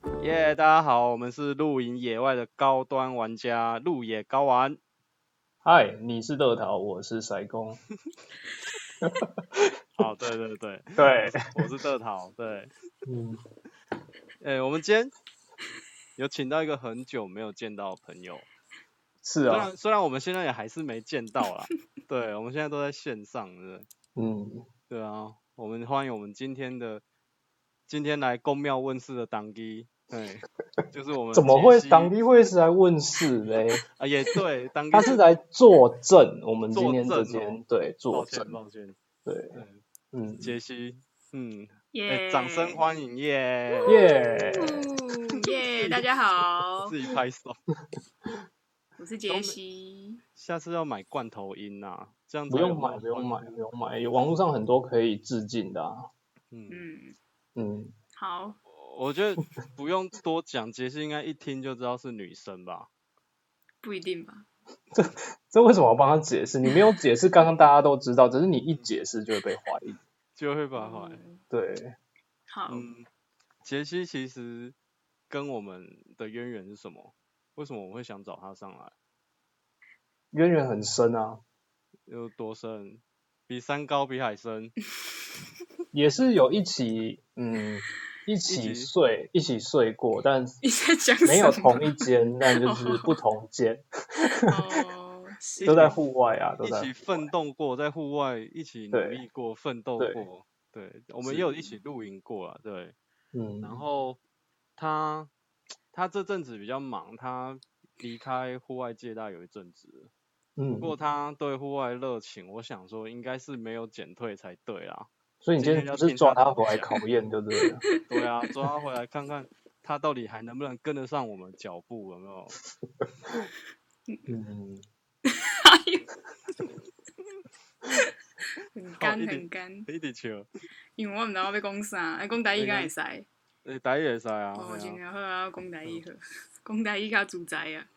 大家好，我们是露营野外的高端玩家，露野高 玩。嗨，你是乐桃，我是塞工。好，哦对对 对，对，我是乐桃， 对，嗯，哎、我们今天有请到一个很久没有见到的朋友，是虽啊，然虽然我们现在也还是没见到啦， 对，我们现在都在线上，对不对？嗯，对啊，我们欢迎我们今天的今天来公庙问世的党基，对，就是我们怎么会解析当地会是来问事嘞？啊？也对，党基他是来作证，我们今天作这证哦间对抱作歉证，抱歉，对，对，嗯，杰西，嗯，哎，耶！掌声欢迎耶！耶，嗯呼嗯 耶！大家好，自己拍手， 我是杰西。下次要买罐头音呐、啊，这样子不用有没买，有不用罐买，不用买，网络上很多可以致敬的啊，嗯，嗯，嗯，好，我觉得不用多讲，杰西应该一听就知道是女生吧？不一定吧？这为什么要帮他解释？你没有解释，刚刚大家都知道，只是你一解释就会被怀疑，就会把怀。嗯对，好，嗯，杰西其实跟我们的渊源是什么？为什么我会想找他上来？渊源很深啊，有多深？比山高，比海深。也是有一起，嗯，一一起起睡，一起睡过，但你在讲什么？没有同一间，但就是不同间，哦，是都在户外啊，都一在起奋斗过，在户外一起努对力过，奋斗对过。对，我们是也有一起露营过啊，对。嗯，然后他他这阵子比较忙，他离开户外界大有一阵子了，不嗯，过他对户外热情，我想说应该是没有减退才对啦。所以你今今天天要不是听抓他他怎么回来讲考验，对不对了？对啊，抓他回来看看他到底还能不能跟得上我们脚步，有没有？ 嗯，很干好一点很干，一直笑，因为我唔知道我要讲啥，哎，讲台语敢会使？你打野赛啊，哦，嘿真啊的好啊，讲台语好，讲台语较自在啊。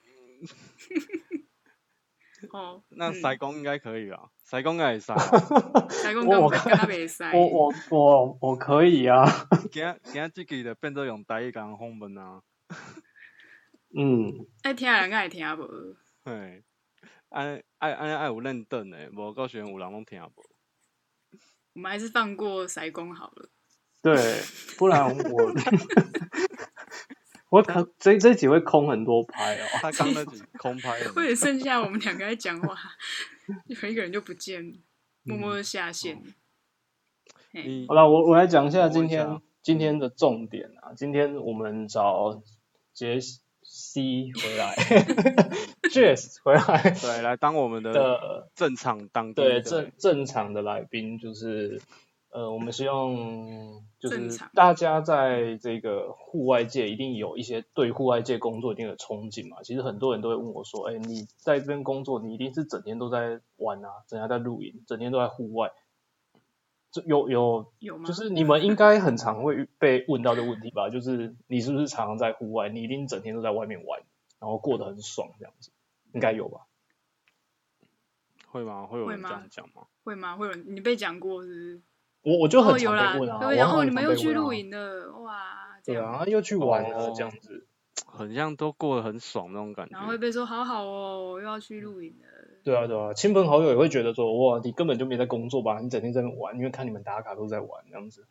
哦，那嗯塞工应该可以啊，塞工应该也塞啊。塞公我讲我跟他袂使。我我我我可以啊，今仔今仔这期就变做用台语讲访问啊，嗯，爱哎听的人敢会听无？嘿，安爱安爱有认证诶，无到时阵有人拢听无。我们还是放过塞公好了。对，不 然我我可这这集会空很多拍哦，他刚那集空拍了，或者剩下我们两个在讲话， 有一个人就不见了，默默地下线。哦嘿你好了，我我来讲一下我问一今下天今天的重点啊。今天我们找杰西 回来，Jess 回来对，来当我们的的正常当地对的正正常的来宾，就是呃，我们希望就正是常大家在这个户外界一定有一些对户外界工作一定有憧憬嘛。其实很多人都会问我说，哎，你在这边工作，你一定是整天都在玩啊，整天在露营，整天都在户外。这有有有吗？就是你们应该很常会被问到这个问题吧？ 就是你是不是常常在户外？你一定整天都在外面玩，然后过得很爽这样子，应该有吧？会吗？会有会人这吗样讲吗？会吗？会有人你被讲过是不是？我我就很哦，有常啦，被问啊，有我然后很你们常又被去问啊露，营了，哇，这对样，啊，又去玩了哦这样子，很像都过得很爽那种感然后会觉。被说好好哦，又要去露营了，对啊对啊，亲朋好友也会觉得说，哇，你根本就没在工作吧？你整天在那边玩，因为看你们打卡都在玩这样子。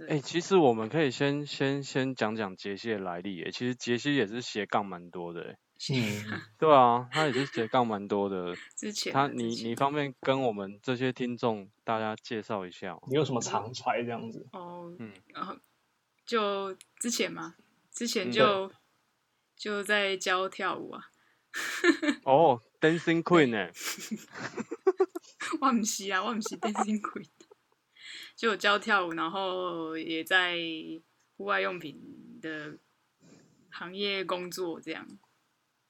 哎、对，其实我们可以先先先讲讲杰西的来历耶。其实杰西也是斜杠蛮多的耶，嗯，对啊，他也是斜杠蛮多 的。之前他的你之前你方便跟我们这些听众大家介绍一下、哦？你有什么常才这样子？哦，嗯然后就之前嘛，之前嗯就就在教跳舞啊，哦、d a n c i n g Queen 哎、 我唔是啊，我唔是 Dancing Queen，就有教跳舞，然后也在户外用品的行业工作，这样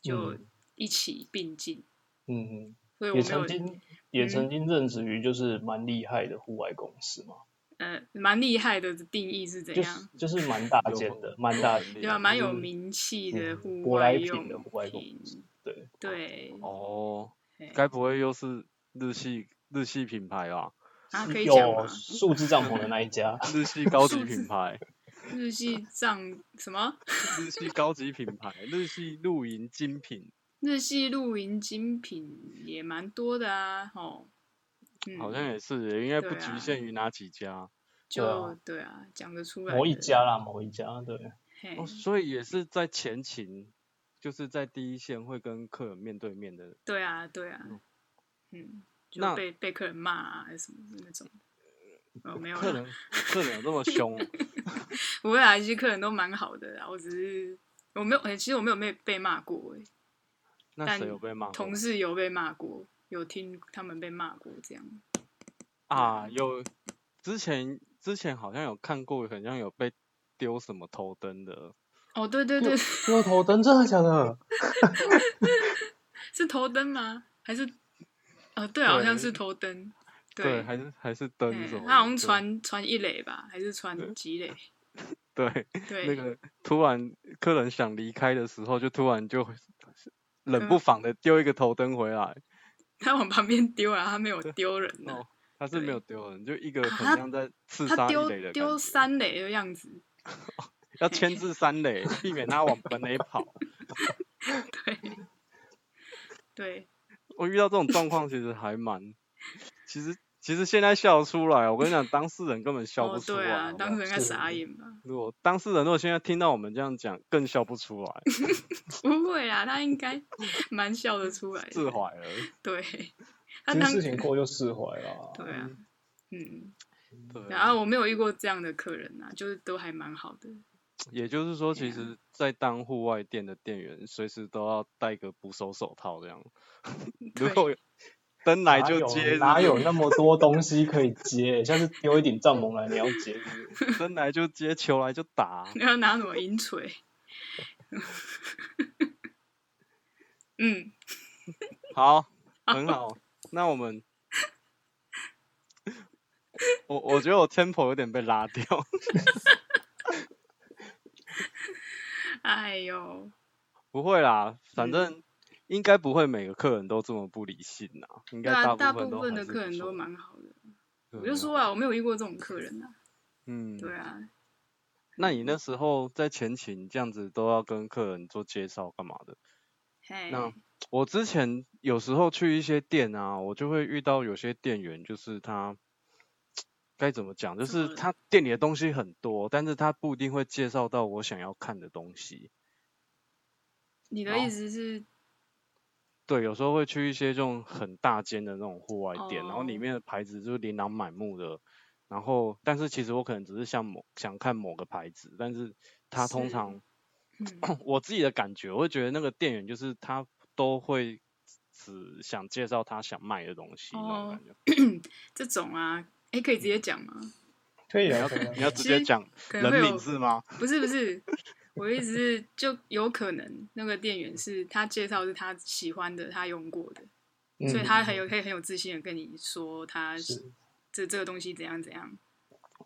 就嗯一起并进。嗯，所以我也没曾有经也嗯曾经任职于就是蛮厉害的户外公司嘛，呃蛮厉害的定义是怎就样是？就是蛮大有间的，蛮大很厉对害吧？蛮有嗯名气的嗯户舶外来品用的户外公品司对，对，哦，嘿该不会又是日系日系品牌吧？啊可以讲有吗？数字帐篷的那一家，日系高级数字品牌，日系藏什么？日系高级品牌，日系露营精品，日系露营精品也蛮多的啊，吼。嗯、好像也是耶，应该不对啊局限于哪几家、哦就 对啊，讲得出来的。某一家啦，某一家，对，嘿，哦，所以也是在前勤，就是在第一线会跟客人面对面的。对啊，对啊，嗯，就那被被客人骂啊还是什么的那种。哦，没有呃客啦，人客人有这么 凶哦，不会啊，其实客人都蛮好的啦，我只是我没有，欸其实我没有被被骂过欸，那但谁有被骂过？同事有被骂过，有听他们被骂过这样。啊，有之前之前好像有看过，好像有被丢什么头灯的，哦，对对对，丢头灯真的假的？ 是头灯吗？还是？哦，对啊，好像对是头灯。还是还是灯嗯什么的，他好像对传传一垒吧，还是传几 垒？对对，那个突然客人想离开的时候，就突然就 冷嗯不防的丢一个头灯回来，他往旁边丢啊，他没有丢人呢、哦，他是没嗯对有丢人，就一个啊很他像在刺他杀一丢垒的感丢觉三垒的样子，要牵制三垒，避免他往本垒跑。对，对，我遇到这种状况，其实还蛮，其实其实现在笑得出来，我跟你讲，当事人根本笑不哦，出来。对啊，好不好当时人该是傻眼吧？如果当事人如果现在听到我们这样讲，更笑不出来，不会啦，他应 该蛮笑得出来的， 释怀了。 对，他其实当事情过就释怀啦。啊 对啊，嗯，对，啊然后我没有遇过这样的客人啊，就是都还蛮好的，也就是说，其对啊实，在当户外店的店员，随时都要戴个捕手手套这样。如嗯对果有灯哪来就有接，哪是有那么多东西可以接？下次丢一顶帐篷来，你要接是不 是不是灯来就接，球来就打。你要拿什么银锤？嗯，好，很好。那我们，我我觉得我 tempo 有点被拉掉。 哎呦，不会啦，反嗯正应该不会每个客人都这么不理性啦，应对该啊，大大部都分还的是客不人错都的蛮好的，对哦我就说啊，我没有遇过这种客人啊，嗯，对啊，那你那时候在前勤这样子都要跟客人做介绍干嘛的？嘿，那我之前有时候去一些店啊，我就会遇到有些店员，就是他该怎么讲，就怎么是了他店里的东西很多，但是他不一定会介绍到我想要看的东西。你的好意思是对，有时候会去一些这种很大间的那种户外店，然后里哦面的牌子就是琳琅满目的，然后但是其实我可能只是像某想看某个牌子，但是它通是常嗯 我自己的感觉，我会觉得那个店员就是他都会只想介绍他想卖的东西那种哦感觉。这种啊，哎、可以直接讲吗？可以你啊，要可以啊你要直接其实讲可能会人名有，字吗？不是不是，我一直是就有可能那个店员是他介绍是他喜欢的，他用过的，嗯所以他很有可以很有自信的跟你说他是这这个东西怎样怎样，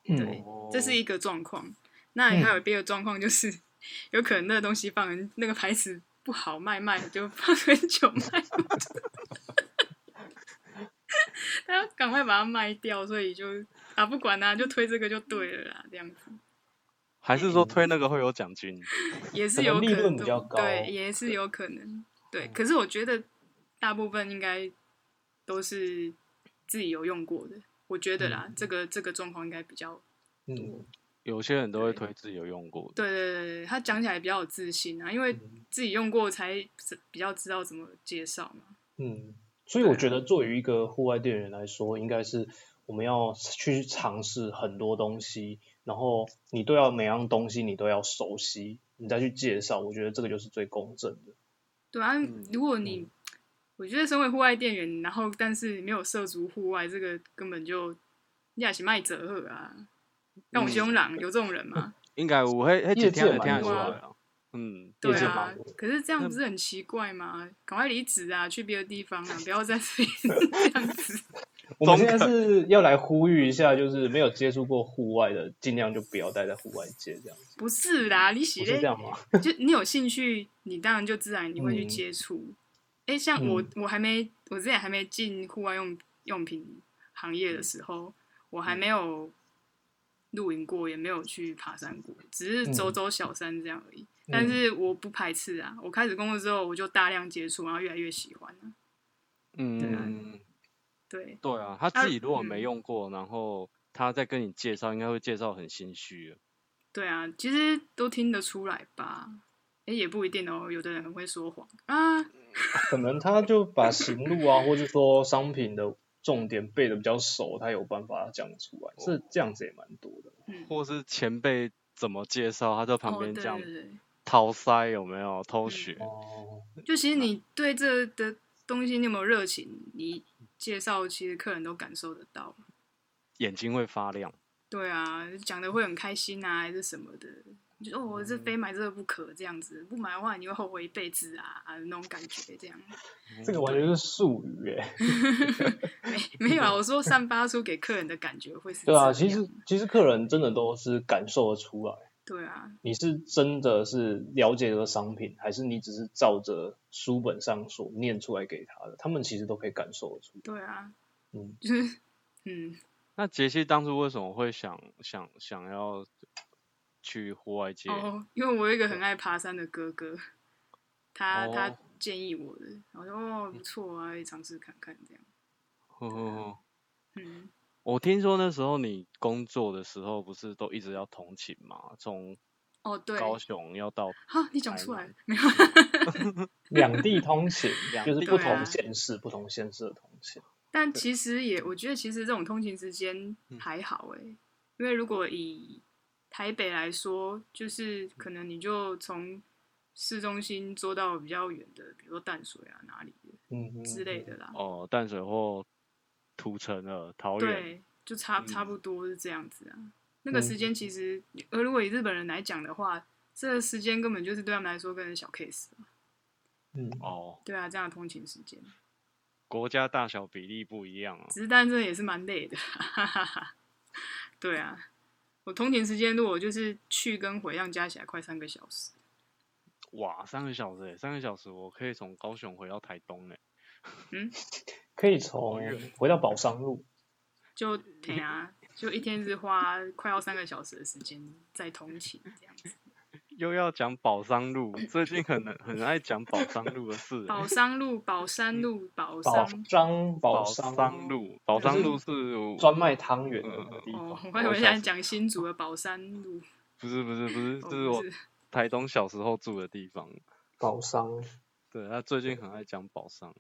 嗯对，这是哦一个状况。那还有别的状况就是，嗯有可能那个东西放很那个牌子不好卖，卖就放很久卖不出来他要赶快把它卖掉，所以就啊不管啦、就推这个就对了啦，这样子。还是说推那个会有奖金？也是可有能可利能润比这较种高嗯对，也是有可能，对。可是我觉得大部分应该都是自己有用过的，我觉得啦，这个这个状况应该比较，嗯，有些人都会对推自己有用过的。对对对对，他讲起来比较有自信啊，因为嗯自己用过才比较知道怎么介绍嘛。嗯，所以我觉得作为一个户外店员来说，应该是我们要去尝试很多东西，然后你都要每样东西你都要熟悉，你再去介绍，我觉得这个就是最公正的。对啊，嗯如果你、我觉得身为户外店员，然后但是没有涉足户外，这个根本就你也是卖折合啊。那我嗯凶狼有这种 人吗？应该我会，哎，业几界天也蛮听得出多来的啊。嗯，业对界啊蛮多，可是这样那不是很奇怪吗？赶快离职啊，去别的地方啊，不要在这边 这样子。我们现在是要来呼吁一下，就是没有接触过户外的，尽量就不要待在户外界这样，不是啦，你不洗是这嘞，样吗？ 就你有兴趣，你当然就自然你会去嗯接触。哎、像我，嗯我还没，我之前还没嗯进户外用用品行业的时候，我还没有露营过，也没有去爬山过，只是嗯走走小山这样而已。嗯但是我不排斥啊，我开始工作之后，我就大量接触，然后越来越喜欢了、对啊嗯，对，对啊，他他自己如果没嗯用过，然后他再跟你介绍，应该会介绍很心虚的。对啊，其实都听得出来吧？哎、也不一定哦，有的人很会说谎啊。可能他就把行路啊，或者说商品的重点背的比较熟，他有办法讲出来，是这样子也蛮多的。嗯，或是前辈怎么介绍，他在旁哦，边对这样对嗯对，掏腮有没有偷学？哦，就其实你对这的东西你有没有热情，你介绍其实客人都感受得到。眼睛会发亮。对啊，讲的会很开心啊，还是什么的。就哦，我这非嗯买这个不可，这样子不买的话，你会后悔一辈子啊啊那种感觉，这样 这个完全是术语诶、没没有啊？我说散发出给客人的感觉会是嗯 对啊，这其样实其实客人真的都是感受得出来，对啊，你是真的是了解这个商品，还是你只是照着书本上所念出来给他的，他们其实都可以感受得出来。对啊，嗯，就是嗯，那杰西当初为什么会想想想要去户外界？哦，因为我有一个很爱爬山的哥哥，他、哦他建议我的，我说哦嗯不错啊，可以尝试看看这样。呵呵呵嗯， 我听说那时候你工作的时候不是都一直要同勤嘛，从哦对，高雄要到好，你讲台出来南了没有？ 两地通行，就是不对啊同县市、不同县市的通行。但其实也，我觉得其实这种通勤时间嗯还好诶、因为如果以台北来说，就是嗯可能你就从市中心坐到比较远的，比如说淡水啊哪里的嗯，之类的啦。哦、淡水或土城了，桃园。对，就差嗯差不多是这样子啊。那个时间其实，呃，如果以日本人来讲的话，这个时间根本就是对他们来说根本是小 case 啊。嗯，哦，对啊，这样的通勤时间，国家大小比例不一样啊。只是但这也是蛮累的，哈哈哈。对啊，我通勤时间如果就是去跟回，样加起来快三个小时。哇，三个小时欸，三个小时我可以从高雄回到台东哎。可以从回到宝山路。就对啊，就一天是花快要三个小时的时间在通勤这样子。又要讲宝山路，最近很很爱讲宝山路的事欸。 宝山路、宝山路、宝宝山哦商宝宝商山路，宝就是山路是我专卖汤圆的那个地方。哦，我还以我为小想时讲新竹的宝山路，不是不是不是，哦 这是不我台东小时候住的地方。宝商对他最近很爱讲宝山，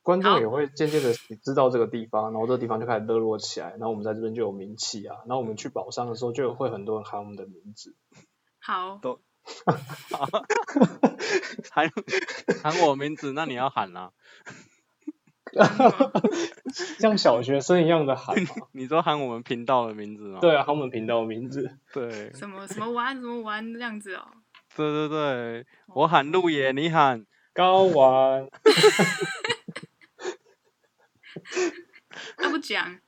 观好众也会渐渐的知道这个地方，然后这个地方就开始热络起来，然后我们在这边就有名气啊。然后我们去宝山的时候，就有会很多人喊我们的名字。好，喊喊我名字，那你要喊啊啦、像小学生一样的喊嘛你说喊我们频道的名字吗？对啊，喊我们频道的名字。对什么什么玩什么玩这样子哦。对对对，我喊路野，你喊高玩，他啊不讲，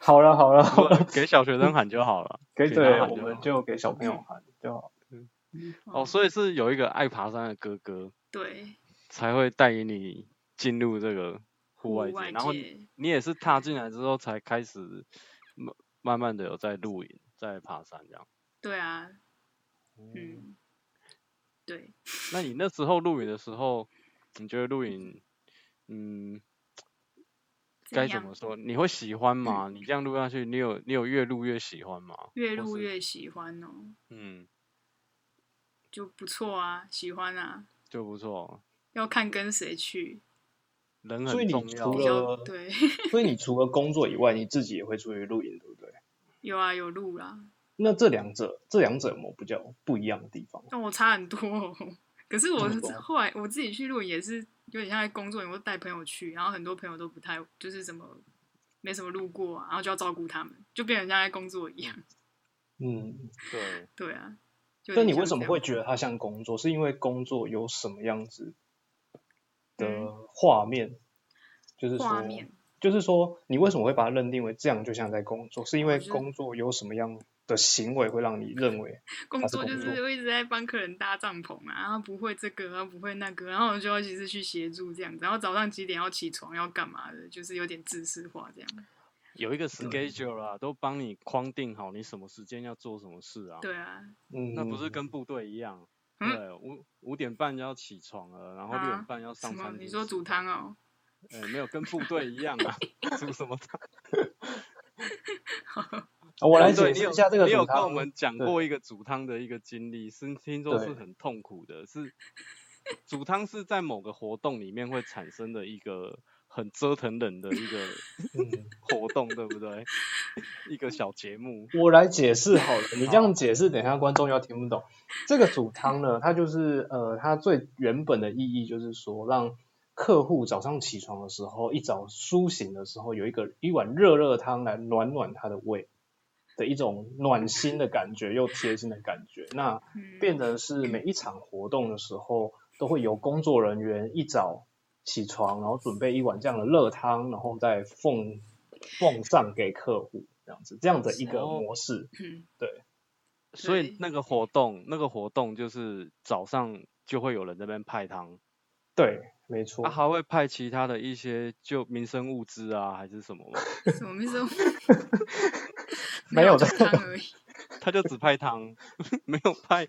好了好了，好了给小学生喊就好了。给给对，他喊我就们好就嗯给小朋友喊就好。 哦，所以是有一个爱爬山的哥哥对，才会带领你进入这个户户外外界，然后你界你也是踏进来之后才开始慢慢慢的有在露营，在爬山这样。对啊，嗯，对，那你那时候露营的时候，你觉得露营，嗯，该怎样么说？你会喜欢吗？你这样录下去，你有你有越录越喜欢吗？越或录是越喜欢哦，嗯，就不错啊，喜欢啊，就不错，要看跟谁去，人所以很你重除比要。较了对， 所以你除了工作以外，你自己也会出去露营，对不对？有啊有录啦，那这两者，这两者有没有比较不一样的地方？但我差很多、哦。 可是我怎么说后来我自己去录影也是有点像在工作，我带朋友去，然后很多朋友都不太就是什么没什么路过、啊，然后就要照顾他们，就变成像在工作一样。嗯，对，对啊，就有那点你为像什么这样会觉得它像工作？是因为工作有什么样子的嗯画面？就是说画，面？就是说，你为什么会把它认定为这样就像在工作？是因我为觉得工作有什么样的行为会让你认为？工还是作就工是作我一直在帮客人搭帐篷啊，然后不会这个，然后不会那个，然后我就要一直去协助这样子，然后早上几点要起床要干嘛的，就是有点知识化这样。有嗯一个 schedule 啦，都帮你框定好你什么时间要做什么事啊。，对啊，嗯，那不是跟部队一样？嗯对，五五点半就要起床了，然后啊六点半要什上么？餐。你说煮？汤哦？哎、没有，跟部队一样 啊，煮什么汤？啊我来哎对解你释有一下这个你有煮跟我汤。们讲对过一个煮汤的一个经历，是听说是对很痛苦的，是煮汤是在某个活动里面会产生的一个很折腾人的一个嗯 活动，对不对？一个小节目，我来解释好了，你这样解释，等一下观众要听不懂。这个煮汤呢，它就是呃，它最原本的意义就是说，让客户早上起床的时候，一早苏醒的时候，有一个一碗热热汤来暖暖他的胃的一种暖心的感觉，又贴心的感觉。那嗯，变成是每一场活动的时候，都会由工作人员一早起床，然后准备一碗这样的热汤，然后再奉奉上给客户，这样子这样的一个模式。嗯所以对那个活动，那个活动就是早上就会有人在那边派汤，对，没错。啊他、还会派其他的一些就民生物资啊，还是什么吗？什么意思？哦 没有煮的汤而已。他就只派汤， 没有派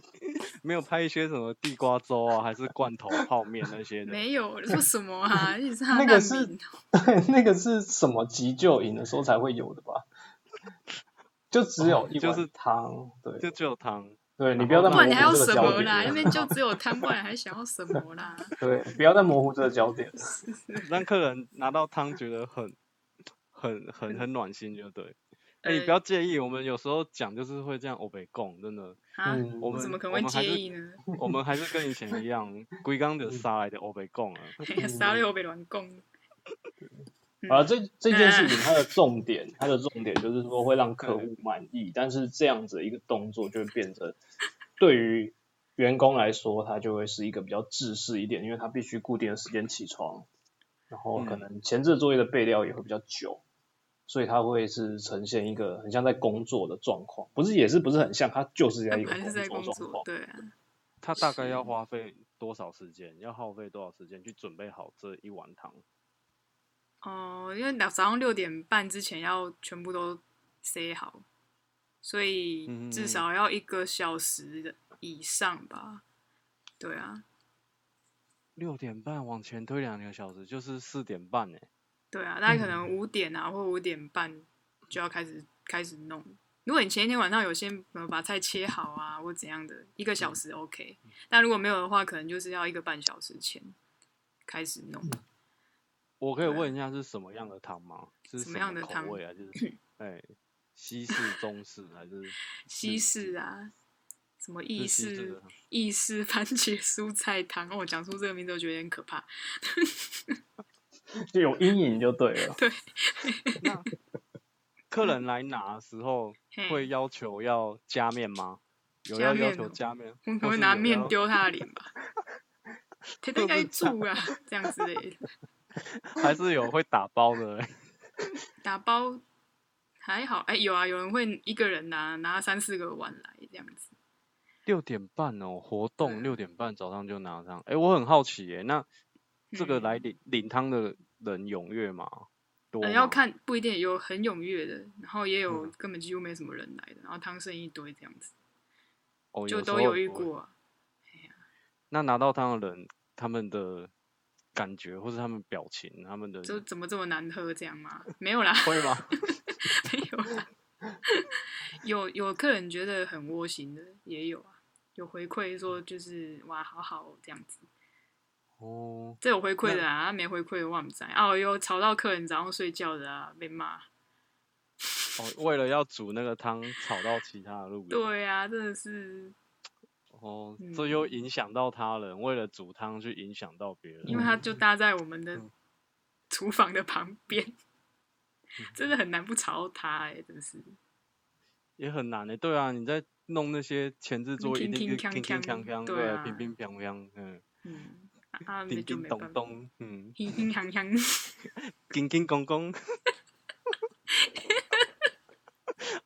没有派一些什么地瓜粥啊，还是罐头泡面那些的。没有，说什 么啊？你是他那难个是民哦，对， 那个是什么急救营的时候才会有的吧？就只有一就碗是汤，对，就只有汤。对你不要再哦不模然糊你还要这什个焦么啦？那点，边就只有汤，不然还想要什么啦？对，不要再模糊这个焦点。让客人拿到汤觉得很很很很暖心，就对。哎、你呃不要介意，我们有时候讲就是会这样欧北共，真的，啊，嗯我们怎么可我能会们还介是意呢？我们还是跟以前一样，龟缸的沙来的欧北共啊。嗯傻了我被乱供。 啊，这这件事嗯情它的重点，它的重点就是说会让客户满意，但是这样子的一个动作就会变成对于员工来说，他就会是一个比较制式一点，因为他必须固定的时间起床，然后嗯可能前置作业的备料也会比较久，所以他会是呈现一个很像在工作的状况，不是也是不是很像，他就是在他一 本个来是在工作状况，， 作对啊，他大概要花费多少时间？要耗费多少时间去准备好这一碗汤？哦，因为早早上六点半之前要全部都塞好，所以嗯至少要一个小时的以上吧。对啊，六点半往前推两个小时，就是四点半哎、对啊，大概可能嗯五点啊，或五点半就要开始开始弄。如果你前一天晚上有先呃把菜切好啊，或怎样的，一个嗯小时 OK。但如果没有的话，可能就是要一个半小时前开始弄。嗯我可以对啊问一下是什么样的汤吗？是什么样的口汤味啊？就是 哎、西式、中式还是西式啊，什么意是 西式式的汤？意式番茄蔬菜汤，哦我讲出这个名字我觉得有点可怕。就有阴影就对了。 客人来拿的时候嘿会要求要加面吗？有加要要面求哦嗯加面？ 我或会是拿有面要，丢他的脸 吧，他会应不会该住啊，这样之类的。还是有会打包的、欸？ 打包还好，哎、有啊，有人会一个人拿拿三四个碗来这样子。六点半哦，活动啊六点半早上就拿上。哎、我很好奇耶、那这个嗯来领领汤的人踊跃吗？多呃，要吗看不一定有很踊跃的，然后也有嗯根本几乎没什么人来的，然后汤剩一堆这样子，哦，就时都候有遇不会。过啊、那拿到汤的人，他们的感觉或是他们表情，他们的就怎么这么难喝这样吗？没有啦，会吗？ 没有啦，有有客人觉得很窝心的也有啊，有回馈说就是哇好好哦这样子，哦，这有回馈的啊，啊没回馈的我们在啊，有吵到客人早上睡觉的啊，被骂。哦，为了要煮那个汤，吵到其他的路人。，对啊，真的是哦，这嗯又影响到他人，为了煮汤去影响到别人因。为它就搭在我们的嗯厨房的旁边，嗯 真的很难不吵到它哎、真是。也很难的、对啊，你在弄那些前置作业，一嗯乒定是乒乒乒乓乓乓乓，对啊对，乒乒乓乓，嗯，嗯，啊啊，那叮就叮没办咚法。咚，嗯，哼哼哼哼，叮叮咚 咚。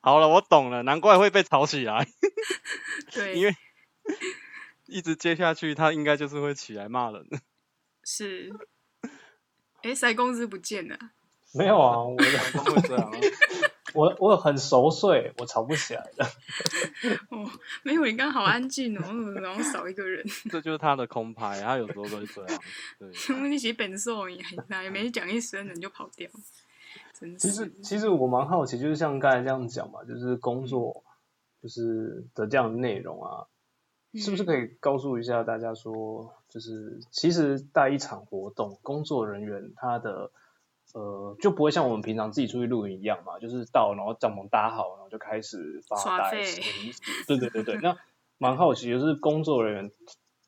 好了，我懂了，难怪会被吵起来，对，因为一直接下去，他应该就是会起来骂人。 是，哎、塞公司不见了，没有啊，我怎么会这样啊？我我很熟睡，我吵不起来的。哦，没有，你刚好安静哦，我怎么好像少一个人？这就是他的空拍，他有时候都会这样。对，因为你写本兽，你还哪也没讲一声，人就跑掉，真其是实。其实我蛮好奇，就是像刚才这样讲嘛，就是工嗯作就是的这样的内容啊，是不是以？可以告诉一下大家说，就是其实带一场活动，工作人员他的呃就不会像我们平常自己出去露营一样嘛，就是到然后帐篷搭好，然后就开始发耍呆废什么意思对对对对，那蛮好奇，就是工作人员，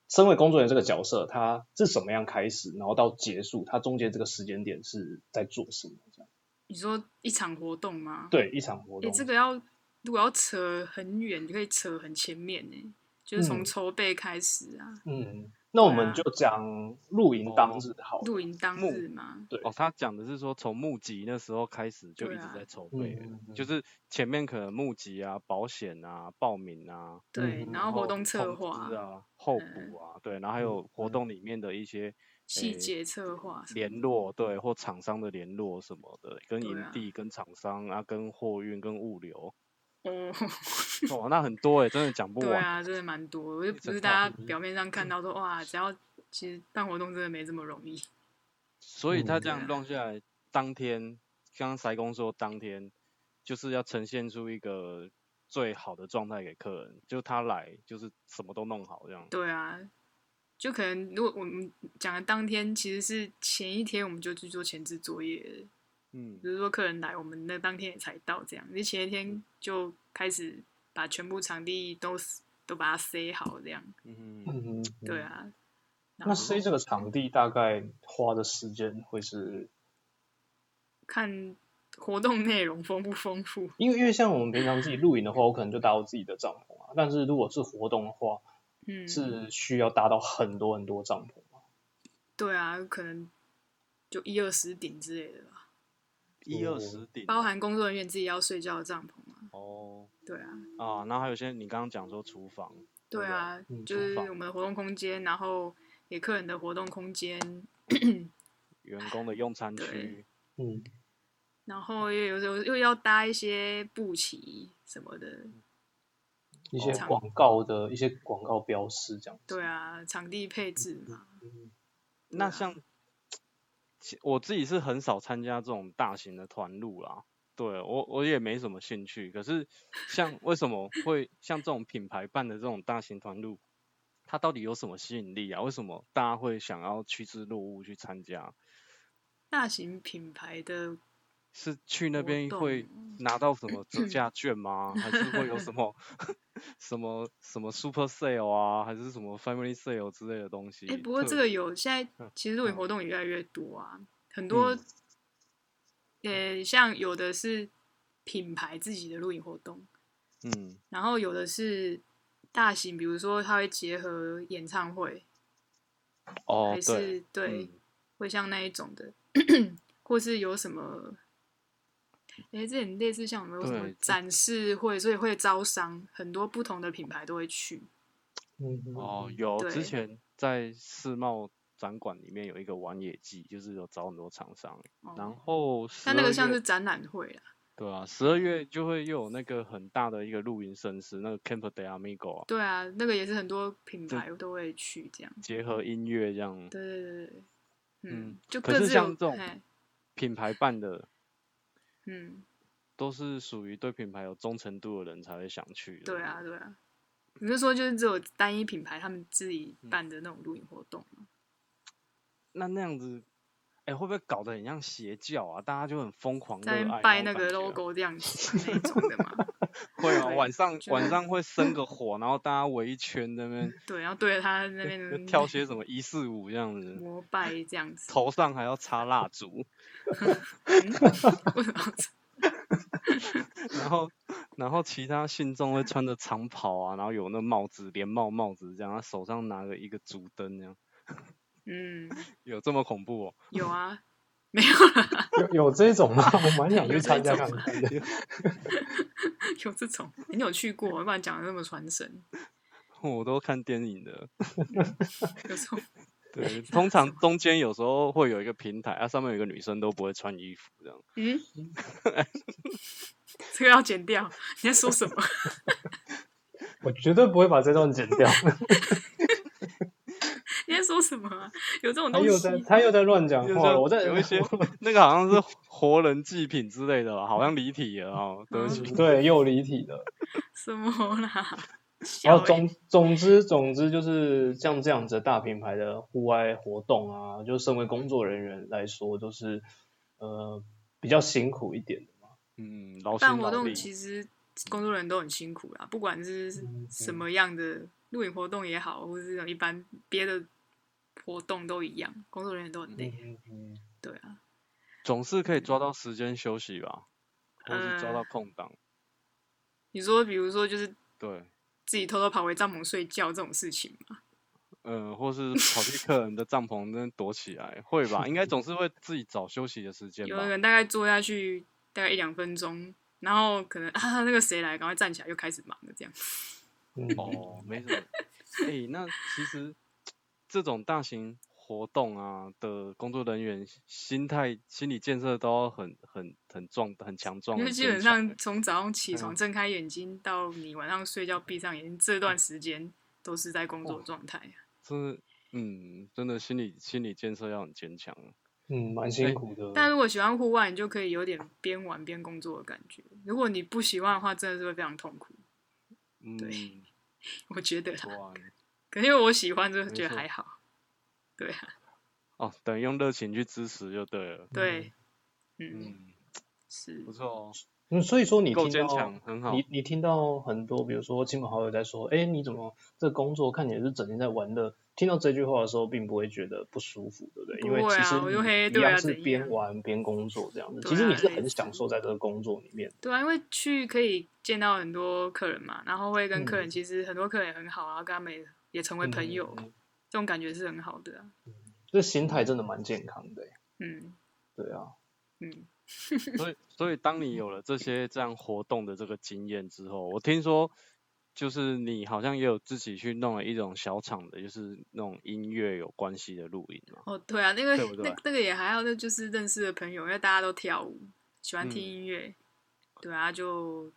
身为工作人员这个角色，他是怎么样开始，然后到结束，他中间这个时间点是在做什么？这样你说一场活动吗？对，一场活诶动，这个要如果要扯很远，就可以扯很前面呢、就是从嗯筹备开始啊，嗯，那我对啊们就讲露哦营当日好了，露营当木日嘛，哦，他讲的是说从募集那时候开始就一对直啊在筹嗯备了，嗯嗯就是前面可能募集啊、保险啊、报名啊，对，嗯然后活动策通划知、啊、候嗯补啊，对，然后还有活嗯动里面的一些细诶节策划什么的，联络，对，或厂商的联络什么的，跟对营啊地、跟厂商啊、跟货运、跟物流， 哦，哇，那很多哎、真的讲不 对完。啊，真的蛮多的，就一不是整大套家表面上看到说哇，只要其实办活动真的没这么容易，所以他嗯这样对弄下来，当天，刚刚塞工说当天就是要呈现出一个最好的状态给客人，就他来就是什么都弄好这样。对啊，就可能如果我们讲的当天其实是前一天我们就去做前置作业了，嗯比，如说客人来，我们那当天也才到这样，你前一天就开始把全部场地都 s- 都把它塞好这样，嗯哼，嗯，对啊，那然后 C 这个场地大概花的时间会是，看活动内容丰不丰富，因为因为像我们平常自己露营的话，我可能就搭我自己的帐篷啊，但是如果是活动的话，嗯，是需要搭到很多很多帐篷嘛。对啊，可能就一二十顶之类的吧，一二哦十顶，包含工作人员自己要睡觉的帐篷啊，哦对啊，啊，然后还有些你刚刚讲说厨房，对不啊，嗯就是厨房我们的活动空间，然后给客人的活动空间，员工的用餐对区，嗯，然后又有时候又要搭一些布旗什么的，嗯一些场广告的一些广告标识这样子。哦对啊，场地配置嘛，嗯，那啊像其我自己是很少参加这种大型的团路啦，对我我也没什么兴趣。可是像为什么会像这种品牌办的这种大型团路，它到底有什么吸引力啊？为什么大家会想要趋之若鹜去参加？大型品牌的是去那活边会动拿到什么折嗯价券吗？还是会有什么 什么什么 super sale 啊，还是什么 family sale 之类的东西？哎、不过特这个有现在嗯其实露营嗯活动也越来越多啊，很多，呃、像有的是品牌自己的露营活动，嗯然后有的是大型，比如说它会结合演唱会，哦还对是对，嗯会像那一种的，或是有什么。哎、这很类似像我们有什么对这展示会，所以会招商，很多不同的品牌都会去。嗯哦，，有对之前在世贸展馆里面有一个玩野季，就是有找很多厂商，然哦，后但那12个像月是展览会啦，对啊，十二月就会又有那个很大的一个露营盛事，那个 Camp de Amigo 啊，对啊，那个也是很多品对牌都会去这样。结合音乐这样，对对对对对，嗯嗯，就可各是自像有这种嘿品牌办的嗯，都是属于对品牌有忠诚度的人才会想去的。对啊，对啊。你是说就是只有单一品牌他们自己嗯办的那种露营活动吗？那那样子，哎、会不会搞得很像邪教啊？大家就很疯狂热在那爱边拜那那种个感觉啊 logo 这样子那一种的嘛？ 会啊，对晚上就晚是上会生个火，然后大家围一圈在那边。对，然后对着他那边 就的跳些什么一四五这样子，膜拜这样子，头上还要插蜡烛，嗯为什么要这然后然后其他信众会穿着长袍啊，然后有那帽子连帽帽子这样，他手上拿着一个烛灯这样， 嗯，有这么恐怖哦？ 有啊，没有啦，有有这种吗？我蛮想有去这参加种看看的。有这种，你有去过？要不然讲的那么传神，我都看电影的，有这种对，通常中间有时候会有一个平台，啊，上面有一个女生都不会穿衣服这样。嗯， 这个要剪掉。你在说什么？ 我绝对不会把这段剪 掉。你在说什么啊？有这种他东又西？在他又在乱讲就话了，像我在有一 些那个好像是活人祭品之类的吧，好像离体了哦，对不起。嗯对又离体 了。什么啦？然笑后欸总总之总之就是像这样子的大品牌的户外活动啊，就身为工作人员来说，都是呃比较辛苦一点。嗯，劳心办活劳动力。其实工作人员都很辛苦啦，不管是什么样的露营活动也好，或者是那种一般别的活动都一样，工作人员都很累。嗯对啊，总是可以抓到时间休息吧，或是抓呃到空档。你说比如说就是对，自己偷偷跑回帐篷睡觉这种事情嘛，嗯，或是跑去客人的帐篷那边躲起来，会吧？应该总是会自己找休息的时间有吧的。人大概坐下去大概一两分钟，然后可能 啊那个谁来，赶快站起来又开始忙了这样。嗯哦，没什么。哎、那其实这种大型活动啊的工作人员心态、心理建设都要很、很、很壮、很强壮。因为很基坚本强上欸从早上起对啊床睁开眼睛到你晚上睡觉闭上眼睛嗯这段时间都是在工作状态。真的，嗯，真的心理心理建设要很坚强。啊嗯，蛮辛苦的。但如果喜欢户外，你就可以有点边玩边工作的感觉。如果你不喜欢的话，真的是会非常痛苦，嗯，我觉得啦。哇，可是因为我喜欢，就没觉得错还好。对啊，哦，等于用热情去支持就对了。对，嗯，嗯，是不，错哦，嗯，所以说你够听坚到强，很好。你你听到很多，比如说亲朋好友在说，哎，你怎么这工作看起来是整天在玩乐？听到这句话的时候，并不会觉觉得不舒服，对不对？不因为会其啊实我你就嘿一对啊样是怎边样玩边工作这样子，对其实你啊是类很似享受在这个工作里面的。对啊，因为去可以见到很多客人嘛，然后会跟客人，嗯其实很多客人也很好，然后跟他们也也成为朋友，嗯嗯嗯这种感觉是很好的啊、这心态真的蛮健康的欸。嗯对啊，嗯， 所以，所以当你有了这些这样活动的这个经验之后，我听说就是你好像也有自己去弄了一种小场的，就是那种音乐有关系的录音嘛。哦，对啊，那个对不对那那个也还好，那就是认识的朋友，因为大家都跳舞，喜欢嗯听音乐，对啊，就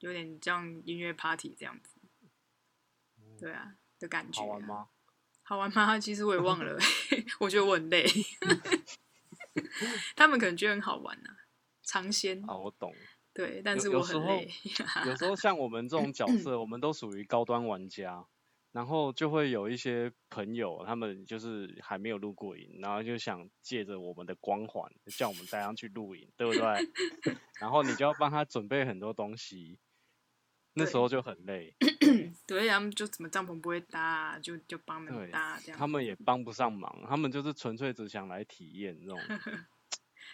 有点像音乐 party 这样子，对啊的感嗯觉、好玩啊？吗？好玩吗？ 其实我也忘了，我觉得我 很累， 他们可能觉得很好玩啊，尝鲜，啊，我 懂。对，但有是有我时很候累，有时候像我们这种角色，我们都属于高端玩家，然后就会有一些朋友，他们就是还没有录过影，然后就想借着我们的光环，叫我们带他去录影，对不 对？然后你就要帮他准备很多东西，那时对候就很累，对，他们就怎么帐篷不会搭、啊，就就帮他们对搭这样，他们也帮不上忙，他们就是纯粹只想来体验 这种。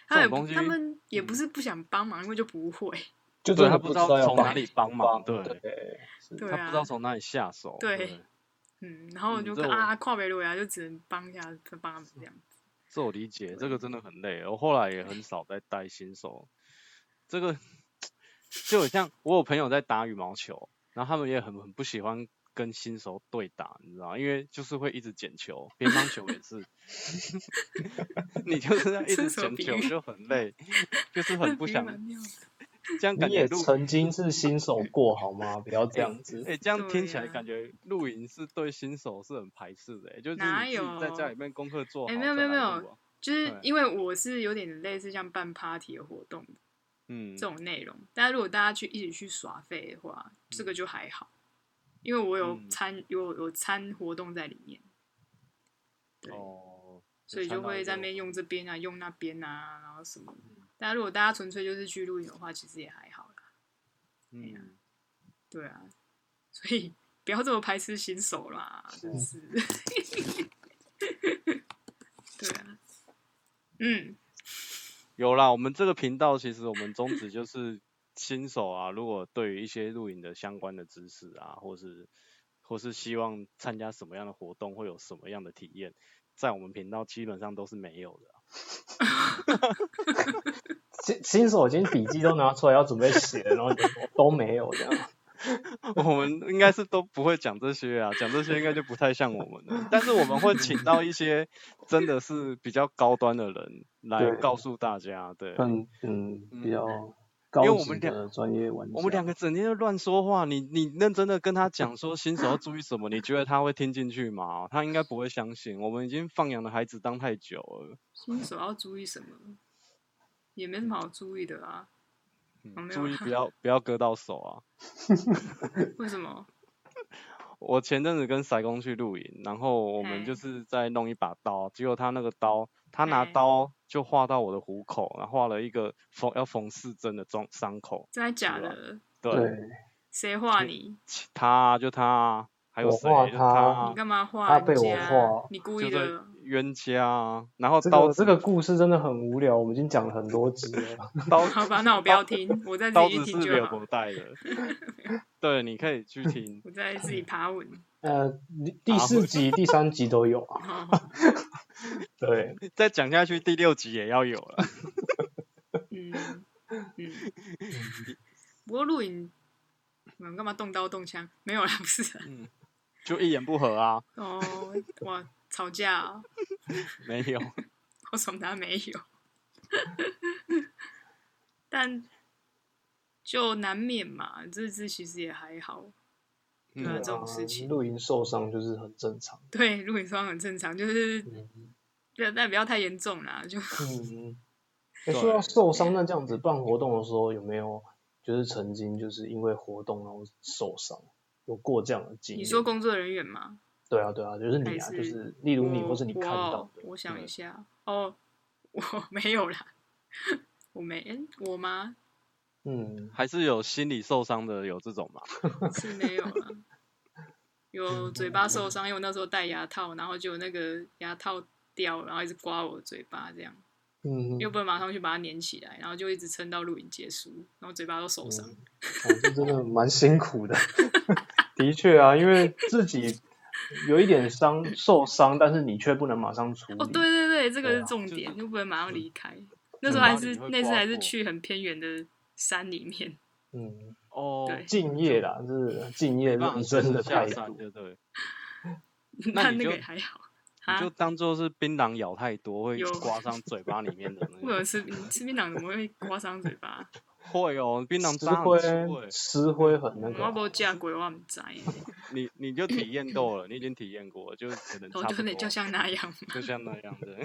他这们也种不东西嗯他们也不是不想帮忙，因为就不 会，就对真他的不知知道道要从帮哪里帮忙，对，对，对他不知道啊，从哪里下手，对对，嗯，然后嗯就这看我啊，跨北路呀，就只能帮一下，就帮他们这样。这我理解，这个真的很累。我后来也很少在带新手，这个就很像我有朋友在打羽毛球，然后他们也很很不喜欢跟新手对打，你知道吗，因为就是会一直捡球，乒乓球也 是， 你就是要一这直是什捡么比球喻就很累，就是这很 不比喻想蛮 妙的这样感你觉也录。曾经是新手过好吗？不要这样子。哎、这样听起来对啊感觉露营是对新手是很排斥的、就是哪你自己在家有里面功课做好、哎再没有没有没来有录啊就是对因为我是有点类似像办 party 的活动嗯，这种内容，但如果大家去一起去耍废的话，这个就还好，因为我有嗯参有有参活动在里面，对，哦，所以参就到一会在个那边用这边啊，用那边啊，然后什么。嗯但如果大家纯粹就是去露营的话，其实也还好啦。嗯。对啊，所以不要这么排斥新手啦，真是。对啊，嗯，有啦，我们这个频道其实我们宗旨就是新手啊，如果对于一些露营的相关的知识啊，或是或是希望参加什么样的活动，会有什么样的体验，在我们频道基本上都是没有的啊。新新手已经笔记都拿出来要准备写了，然后你就说都没有这样。 我们应该是都不会讲这些啊，讲这些应该就不太像我们 了。但是我们会请到一些真的是比较高端的人来对告诉大家，对。嗯嗯，嗯比较高因为我级们两的专业玩家，我们两个整天就乱说话，你你认真的跟他讲说新手要注意什么，你觉得他会听进去吗？他应该不会相信。我们已经放养的孩子当太久了，新手要注意什么？也没什么好注意的嗯啊。哦没有注意啦不要不要割到手啊。为什么？我前阵子跟塞工去露营，然后我们就嘿是在弄一把刀，结果他那个刀，他拿嘿刀就划到我的虎口，然后画了一个缝要缝四针的中伤口。真的啊假的？对，对谁哎画你？其他就他，还有我谁？画就他你他，干嘛画他人被我家画你故就意是的。冤家啊。然后这刀个子这个故事真的很无聊，我们已经讲了很多集 了。 刀好吧，那我不要听，我再自刀己去子是听没就有好多。了带 的。对，你可以去听。我再自己爬 稳。呃，啊第四集、第三集都有啊。好，对，再讲下去，第六集也要有了。嗯嗯。 不过录影，你们干嘛动刀动枪？没有啦， 不是啊。嗯， 就一言不合啊，哦，哇，吵架啊、没 有。我什么他没有， 但就难免嘛，这次其实也还好。嗯对啊对这种事啊情露营受伤就是很正常。对，如果你说很正常，就是嗯但但不要太严重啦，就嗯，诶对说到受伤，那这样子办活动的时候有没有就是曾经就是因为活动然后受伤，有过这样的经历？你说工作人员嘛，对啊对啊，就是你啊，还是就是例如你我或是你看到我的，我想一嗯下，哦， 我没有啦， 我没，诶我吗？嗯，还是有心理受伤的，有这种嘛？是没有啦。有嗯嘴巴受伤，因为我那时候戴牙套，然后就那个牙套掉，然后一直刮我嘴巴，这样嗯，又不能马上去把它粘起来，然后就一直撑到录影结束，然后嘴巴都受伤。嗯哦，这真的蛮辛苦的。 的确啊，因为自己有一点伤受伤，但是你却不能马上处理。哦，对对对，这个对是啊重就点，是又不能马上嗯离开。那嘴时候巴还里是会那次刮还是破去很偏远的山里面，嗯，哦，对敬业啦，就是敬业没办法认真的下态山，度。对对？ 那但你那就个也还好你就啊。当做是槟榔咬太多会有刮伤嘴巴里面的 那为什个。么吃吃槟榔怎么会刮伤嘴巴？会哦，槟榔吃渣很粗灰，欸吃灰很那个我啊。无食过，我唔 知道。你你就体验到了，你已经体验过了，就可能我差就不得多，就像那样嘛，就像那样的。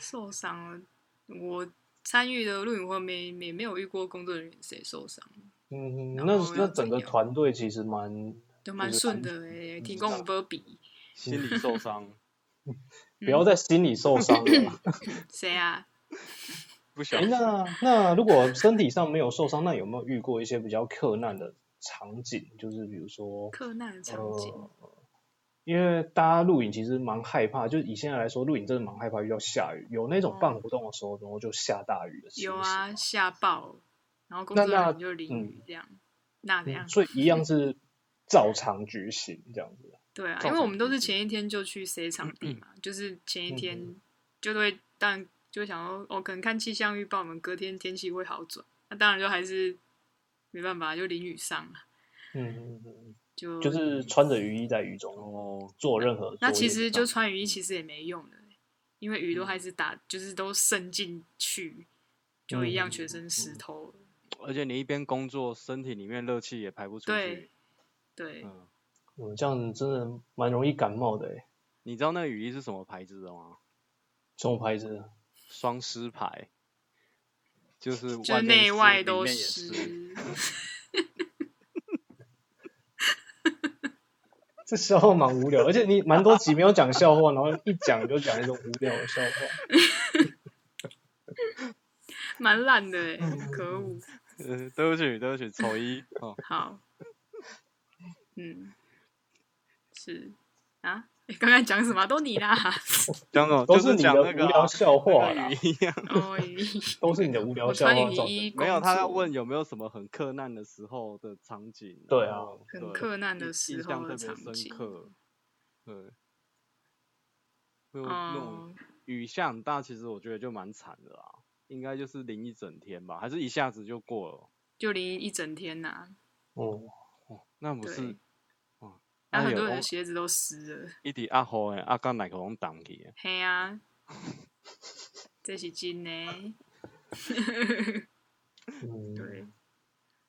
受伤了。我参与的录影会没没没有遇过工作人员谁受伤，嗯，然那后那要整怎个样嗯团队其实蛮，都蛮就是顺安的诶、提供波比。心理受伤，不要在心理受伤 了。谁啊？不小哎，心那那如果身体上没有受伤，那有没有遇过一些比较困难的场景？就是比如说，克难的场景。呃因为大家露营其实蛮害怕，就是以现在来说，露营真的蛮害怕遇到下雨。有那种办活动的时候，然后就下大雨的情哦有形啊，吓爆，然后工那作人那员就淋嗯雨这样，那怎样？嗯所以一样是照常举行这样子。对啊，造因为我成们都自是己前一天就去 C 场地嘛，就是前一嗯天嗯就都会，当然就会想说，哦，可能看气象预报，我们隔天天气会好转。那当然就还是没办法，就淋雨上啊，嗯嗯嗯嗯，就就是穿着雨衣在雨中哦，做任何那作其业实这样就穿雨衣其实也没用的，欸因为雨嗯都还是打，就是都渗进去，就一样嗯全身湿透了。而且你一边工作，身体里面热气也排不出去对。对，嗯，嗯，这样真的蛮容易感冒的诶，你知道那个雨衣是什么牌子的吗？这种牌子。双湿牌，就是就是外面内湿外里都面也湿。湿。这笑话 蛮无聊，而且你蛮多集没有讲笑话，然后一讲就讲一种无聊的笑话。 蛮烂的 哎，可恶！呃， 对不起，对不起，丑一哦。 好，嗯，是啊，诶刚才讲什么都 你啦，讲哦，都就是你讲的那个无聊啊笑那话啦个，雨衣啊，哦， 都是你的无聊我笑话穿造雨成的。衣工没有，他要作问有没有什么很困难的时候的场景。对然啊后很对困难的印时印象候的特别场景深刻。对，那种那种哦，雨下很大，其实我觉得就蛮惨的啦，应该就是淋一整天吧，还是一下子就过了。就淋一整天呐、哦，哦，那不是对哇，那然后很有哦多人讲的鞋子都湿了。一直啊压好诶，压到内裤拢湿去诶。嘿啊，这是真的。嗯，对，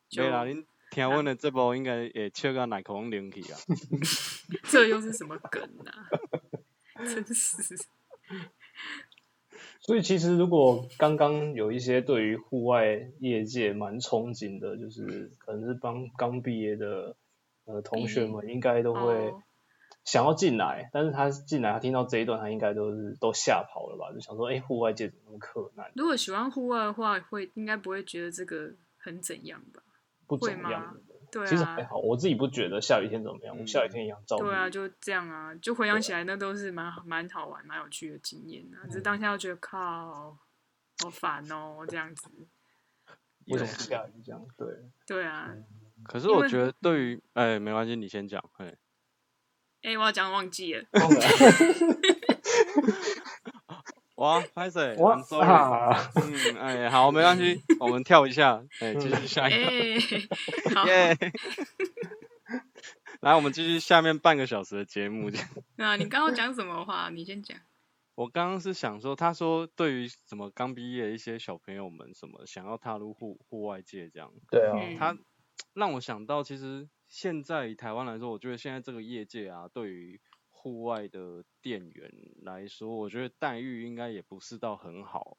就对啦，恁听阮的节目应该会笑到内裤拢淋 去啊。这又是什么梗啊？ 真是所以其实如果刚刚有一些对于户外业界蛮憧憬的，就是可能是帮刚毕业的呃同学们，应该都会哦想要进来，但是他进来他听到这一段，他应该都是都吓跑了吧？就想说，哎、户外界怎么那么困难，如果喜欢户外的话，会应该不会觉得这个很怎样吧？不怎会么样吗？对其实还啊，好，我自己不觉得下雨天怎么样，嗯我下雨天一样照对啊，样。就这样啊，就回想起来，那都是蛮好蛮好玩、蛮有趣的经验啊。只是当下就觉得靠，好烦哦，这样子。为什么对啊下雨这样？ 对，对啊，嗯可是因我为觉得对于，哎、没关系，你先讲。哎，哎、我要讲忘 记了，忘了哇，拍谁？我 I'm sorry 啊，嗯，哎，好，没关系，我们跳一下，哎，继续下哎、一个，好， 耶。来，我们继续下面半个小时的节目。 那啊你刚刚讲什么话？你先讲。我刚刚是想说，他说对于什么刚毕业的一些小朋友们，什么想要踏入户户外界这样， 对啊，嗯他让我想到，其实现在以台湾来说，我觉得现在这个业界啊，对于户外的店员来说，我觉得待遇应该也不是到很好，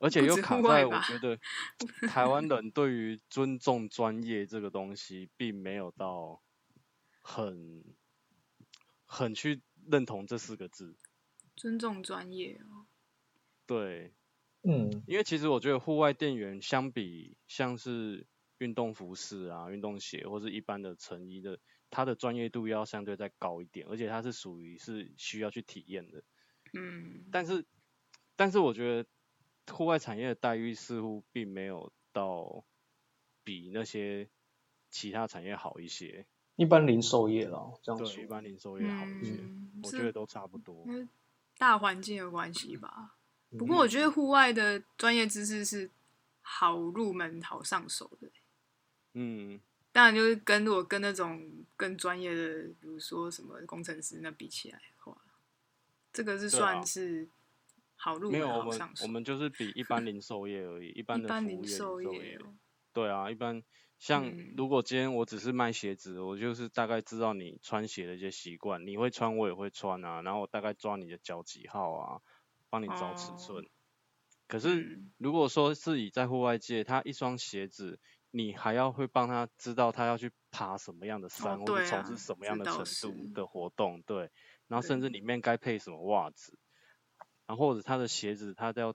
而且不又止卡户外在我吧觉得 台湾人对于尊重专业这个东西，并没有到很很去认同这四个字。尊重专业哦。对，嗯，因为其实我觉得户外店员相比像是运动服饰啊、运动鞋或是一般的成衣的，它的专业度要相对再高一点，而且它是属于是需要去体验的。嗯，但是，但是我觉得户外产业的待遇似乎并没有到比那些其他产业好一些，一般零售业啦，这样对，说一。般零售业好一些，嗯，我是嗯觉得都差不多。嗯因为大环境的关系吧。不嗯过我觉得户外的专业知识是好入门、好上手的。嗯，当然，就是跟如果跟那种更专业的，比如说什么工程师那比起来的话，这个是对啊算是好入没门、有，我好们上我手。们就是比一般零售业而已，一般 一的般服务零业、零售业业哦，对啊，一般像嗯如果今天我只是卖鞋子，我就是大概知道你穿鞋的一些习惯，你会穿我也会穿啊，然后我大概抓你的脚几号啊，帮你找尺哦寸。可是嗯如果说自己在户外界，他一双鞋子，你还要会帮他知道他要去爬什么样的山，或对者从啊事什么这样的倒程是度的活动，对，然后甚至对里面该配什么袜子，然后或者他的鞋子，他都要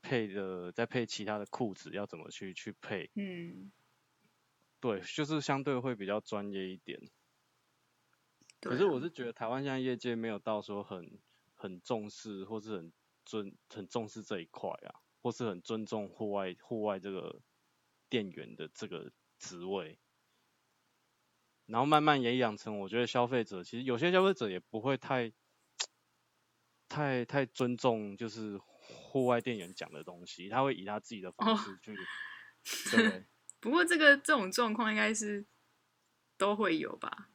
配的再配其他的裤子要怎么去去配。嗯，对，就是相对会比较专业一点。对可是啊我是觉得台湾现在业界没有到说很很重视，或是很尊很重视这一块啊，或是很尊重户外户外这个店员的这个职位。然后慢慢也养成，我觉得消费者其实有些消费者也不会太太太尊重，就是户外店员讲的东西，他会以他自己的哦方式去、对。不过这个这种状况应该是都会有吧？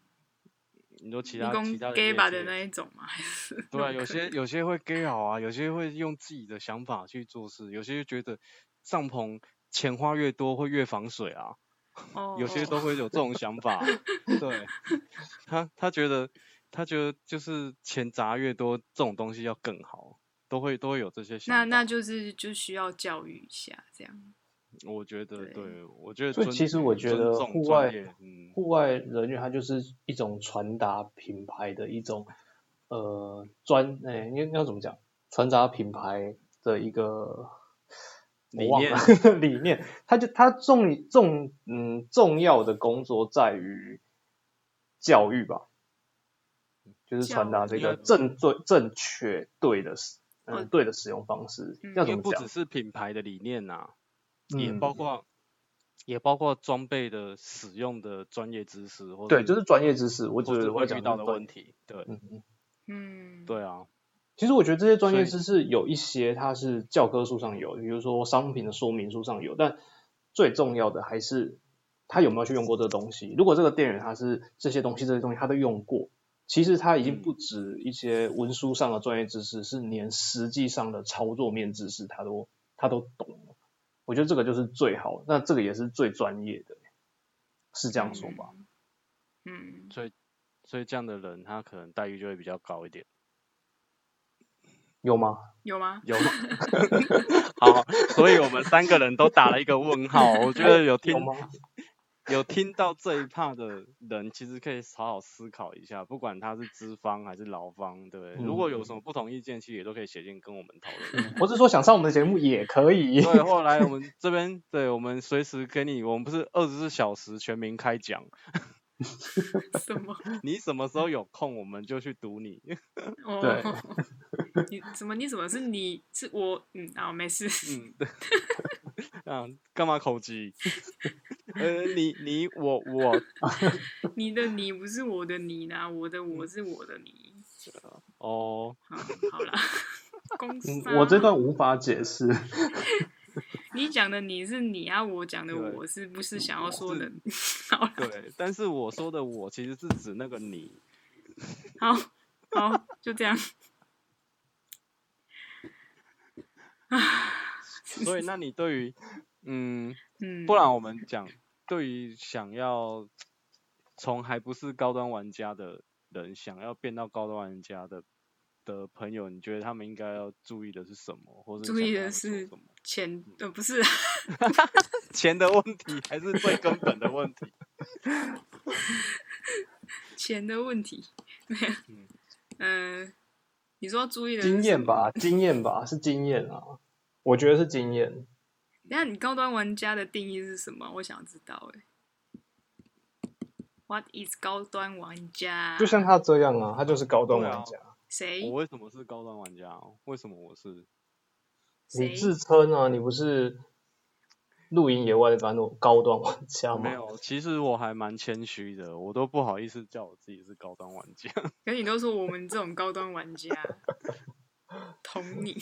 你 说其提他供其他的 gay 业吧界的那一种嘛，还是 对啊，那种有可些有些会 gay 好啊，有些会用自己的想法去做事，有些就觉得帐篷钱花越多会越防水啊，哦有些都会有这种想法啊、 对，他他觉得他觉得就是钱砸越多这种东西要更好，都会都会有这些想法。那那就是就需要教育一下，这样我觉得对对，我觉得所以尊其实我觉尊得重户专外业嗯户外人员他就是一种传达品牌的一种呃专诶、应该要怎么讲？传达品牌的一个我理忘了 理念，他就他重重嗯重要的工作在于教育吧，就是传达教这育啊个正对正确对的使哦嗯对的使用方式嗯，要因怎为么不讲只？是品牌的理念呐、也嗯包括也包括装备的使用的专业知识，或对，就是专业知识，我只或是是会讲遇到的问题。题。对嗯嗯。嗯，对啊，其实我觉得这些专业所知识有一些它是教科书上有，比如说商品的说明书上有，但最重要的还是他有没有去用过这个东西。如果这个店员他是这些东西这些东西他都用过，其实他嗯已经不止一些文书上的专业知识，是连实际上的操作面知识他都他都懂了。我觉得这个就是最好，那这个也是最专业的，是这样说吧？嗯，所以所以这样的人他可能待遇就会比较高一点。有吗？有吗？有吗？好，所以我们三个人都打了一个问号。我觉得有听有吗？有听到这一 part 的人，其实可以好好思考一下，不管他是资方还是劳方，对不对？如果有什么不同意见，其实也都可以写进跟我们讨 论。我是说想上我们的节目也可以。嗯对，后来我们这边，对我们随时给你，我们不是二十四小时全民开讲，什么？你什么时候有空，我们就去读你。哦，你怎么？你怎么是你是我？嗯啊，没事。嗯，对 啊，干嘛口急？ 呃，你你我我 你的你不是我的你啦，我的嗯我是我的你。哦，好，好 啦，公司、 啊嗯，我这段无法解释。你讲的你是你啊，我讲的对我是不是想要说的？哦对，但是我说的我其实是指那个你。 好好，就这样。所以，那你对于，嗯，嗯，不然我们讲，对于想要从还不是高端玩家的人，想要变到高端玩家的的朋友，你觉得他们应该要注意的是什么，或者注意的是什么？钱呃不是啊， 钱的问题还是最根本的问题。 钱的问题，没有嗯。嗯、你说要注意的是经什验么。 吧，经验吧，是经验啊，我觉得是经验。等一下你高端玩家的定义是什么？我想知道哎、What is 高端玩家？就像他这样啊，他就是高端玩家。谁我为什么是高端玩家哦？为什么我是？你谁自称啊，你不是露营野外的那种高端玩家吗？没，有，其实我还蛮谦虚的，我都不好意思叫我自己是高端玩家。 可是你都说我们这种高端玩家捅你，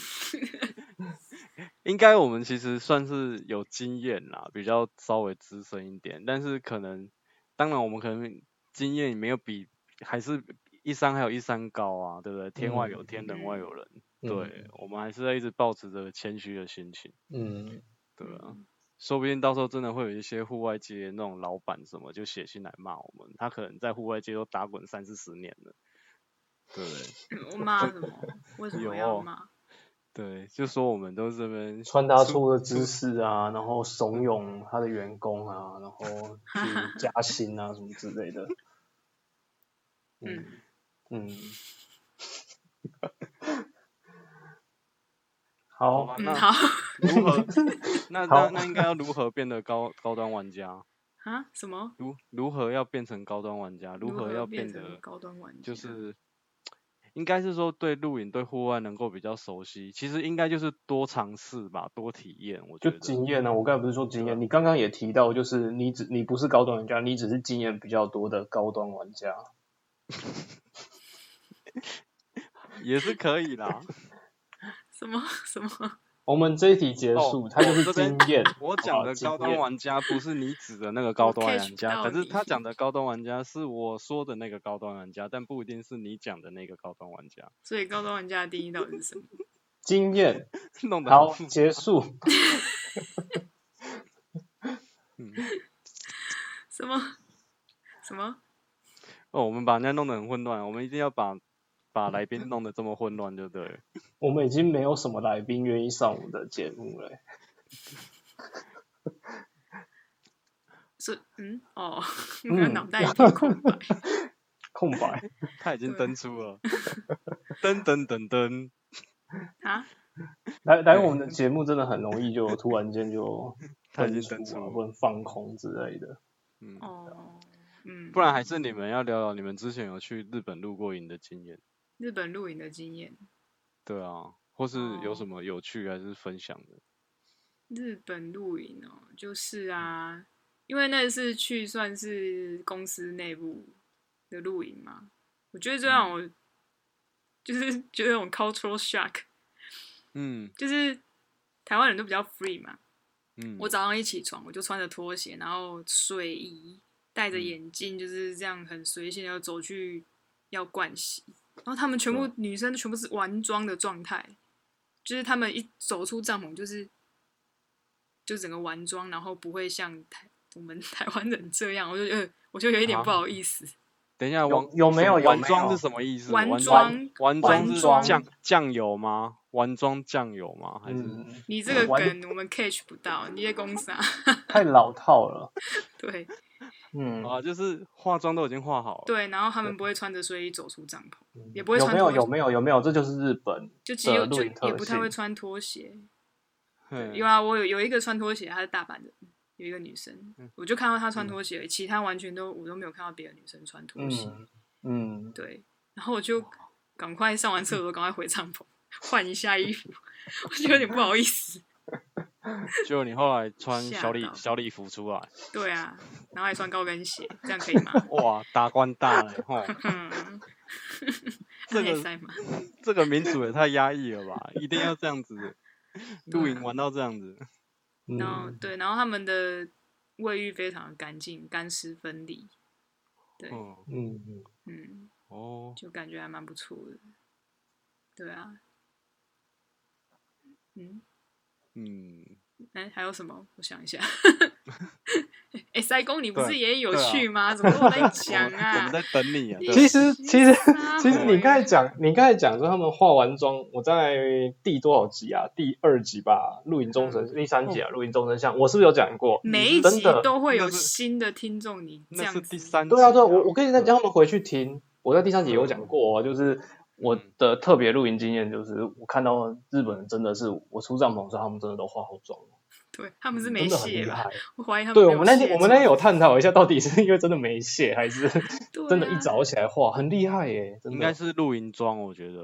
应该我们其实算是有经验啦，比较稍微资深一点，但是可能，当然我们可能经验没有比，还是一山还有一山高啊，对不对？天外有天，人外有人，对我们还是要一直保持着谦虚的心情，嗯，对啊。说不定到时候真的会有一些户外界那种老板什么就写信来骂我们，他可能在户外界都打滚三四十年了，对不对？我骂什么？为什么要有骂？对，就说我们都这边穿搭出的知识啊，然后怂恿他的员工啊，然后去加薪啊什么之类的。嗯， 嗯，好好吧，嗯，啊那好如 何？那那好那应该要如何变得高高端玩家？啊，什么？如如何要变成高端玩家？如何要变得成高端玩家？就是，应该是说对露营、对户外能够比较熟悉。其实应该就是多尝试吧，多体验。我觉就得经验呢、啊，我刚才不是说经验，你刚刚也提到，就是你只你不是高端玩家，你只是经验比较多的高端玩家。也是可以啦。什么什么？ 我们这一题结束，哦它就我是这边经验。我讲好的经高端验玩家不是你指的那个高我端 catch 玩家，到可是他你讲的高端玩家是我说的那个高端玩家，但不一定是你讲的那个高端玩家。 所以高端玩家的定义到底是什么？经验，弄得好很，复结束。嗯什么什么？哦，我们把人家弄得很混乱，我们一定要把把来宾弄得这么混乱，对不对？我们已经没有什么来宾愿意上我们的节目了。是嗯哦， 我的嗯脑袋一片空白。空白，他已经对登出了，噔噔噔噔，啊，来来我们的节目真的很容易就突然间就 他已经登登出出啊，了不能放空之类的。嗯，哦，嗯，不然还是你们要聊聊你们之前有去日本露过营的经验，日本露营的经验，对啊，或是有什哦么有趣还是分享的，日本露营哦，就是啊，因为那次去算是公司内部的露营嘛，我觉得嗯最让我、就是觉得那种 cultural shock，嗯就是台湾人都比较 free 嘛，嗯，我早上一起床，我就穿着拖鞋，然后睡衣，戴着嗯眼镜，就是这样很随性的走去要盥洗。然后她们全部、对女生全部是完妆的状态，就是她们一走出帐篷就是就整个完妆，然后不会像台我们 台湾人这样，我就呃我就有一点啊不好意思。等一下，有完有没有什么有完没妆有是什么意思？完妆，完完妆是妆酱酱油吗？完妆酱油吗？还是嗯，你这个完梗我们 catch 不到，你在攻啥？太老套了， 对嗯，哦啊，就是化妆都已经化好了。对，然后她们不会穿着睡衣走出帐篷，嗯也不会有穿没有拖有没有有没有，这就是日本，就只有的就露营特也不太会性穿拖鞋。对有啊，我有有一个穿拖鞋，她是大阪人，有一个女生嗯，我就看到她穿嗯拖鞋，其他完全都我都没有看到别的女生穿拖鞋。嗯嗯，对，然后我就赶快上完厕所，赶快回帐篷换一下衣服， 我就有点不好意思。就你后来穿吓小礼到小礼服出来，对啊，然后还穿高跟鞋，这样可以吗？ 哇，达官大了吼！嗯，这内个塞嘛，这个民主也太压抑了吧，一定要这样子，露对营啊玩到这样子，嗯然后对，然后他们的卫浴非常的干净，干湿分离。对，嗯，嗯嗯嗯，哦，就感觉还蛮不错的。对啊，嗯，嗯，哎、还有什么？我想 一下。哎、塞工，你不是对也有对啊去吗？怎么 我在讲我我啊们？在等你啊，你对其实其实撒其实你谎刚才讲，你刚才讲说他们化完妆，我在第多少集啊？第二集吧，《露营终身》第三集啊，《露营终身像》，我是不是有讲过？哦每一真集的都会有那是新的听众，你这那样是子第三集啊，对啊，对啊，我我可以再对叫他们回去听。我在第三集有讲过、哦，就是我的特别露营经验，就是我看到日本人真的是，我出帐篷的时候，他们真的都化好妆，对他们是没嗯真的很厉写吧害？。我怀疑他们对没我有们那天卸我们那天有妆探讨一下，到底是因为真的没卸，还是对真的一啊早起来化，很厉害耶，真的。应该是露营装，我觉得，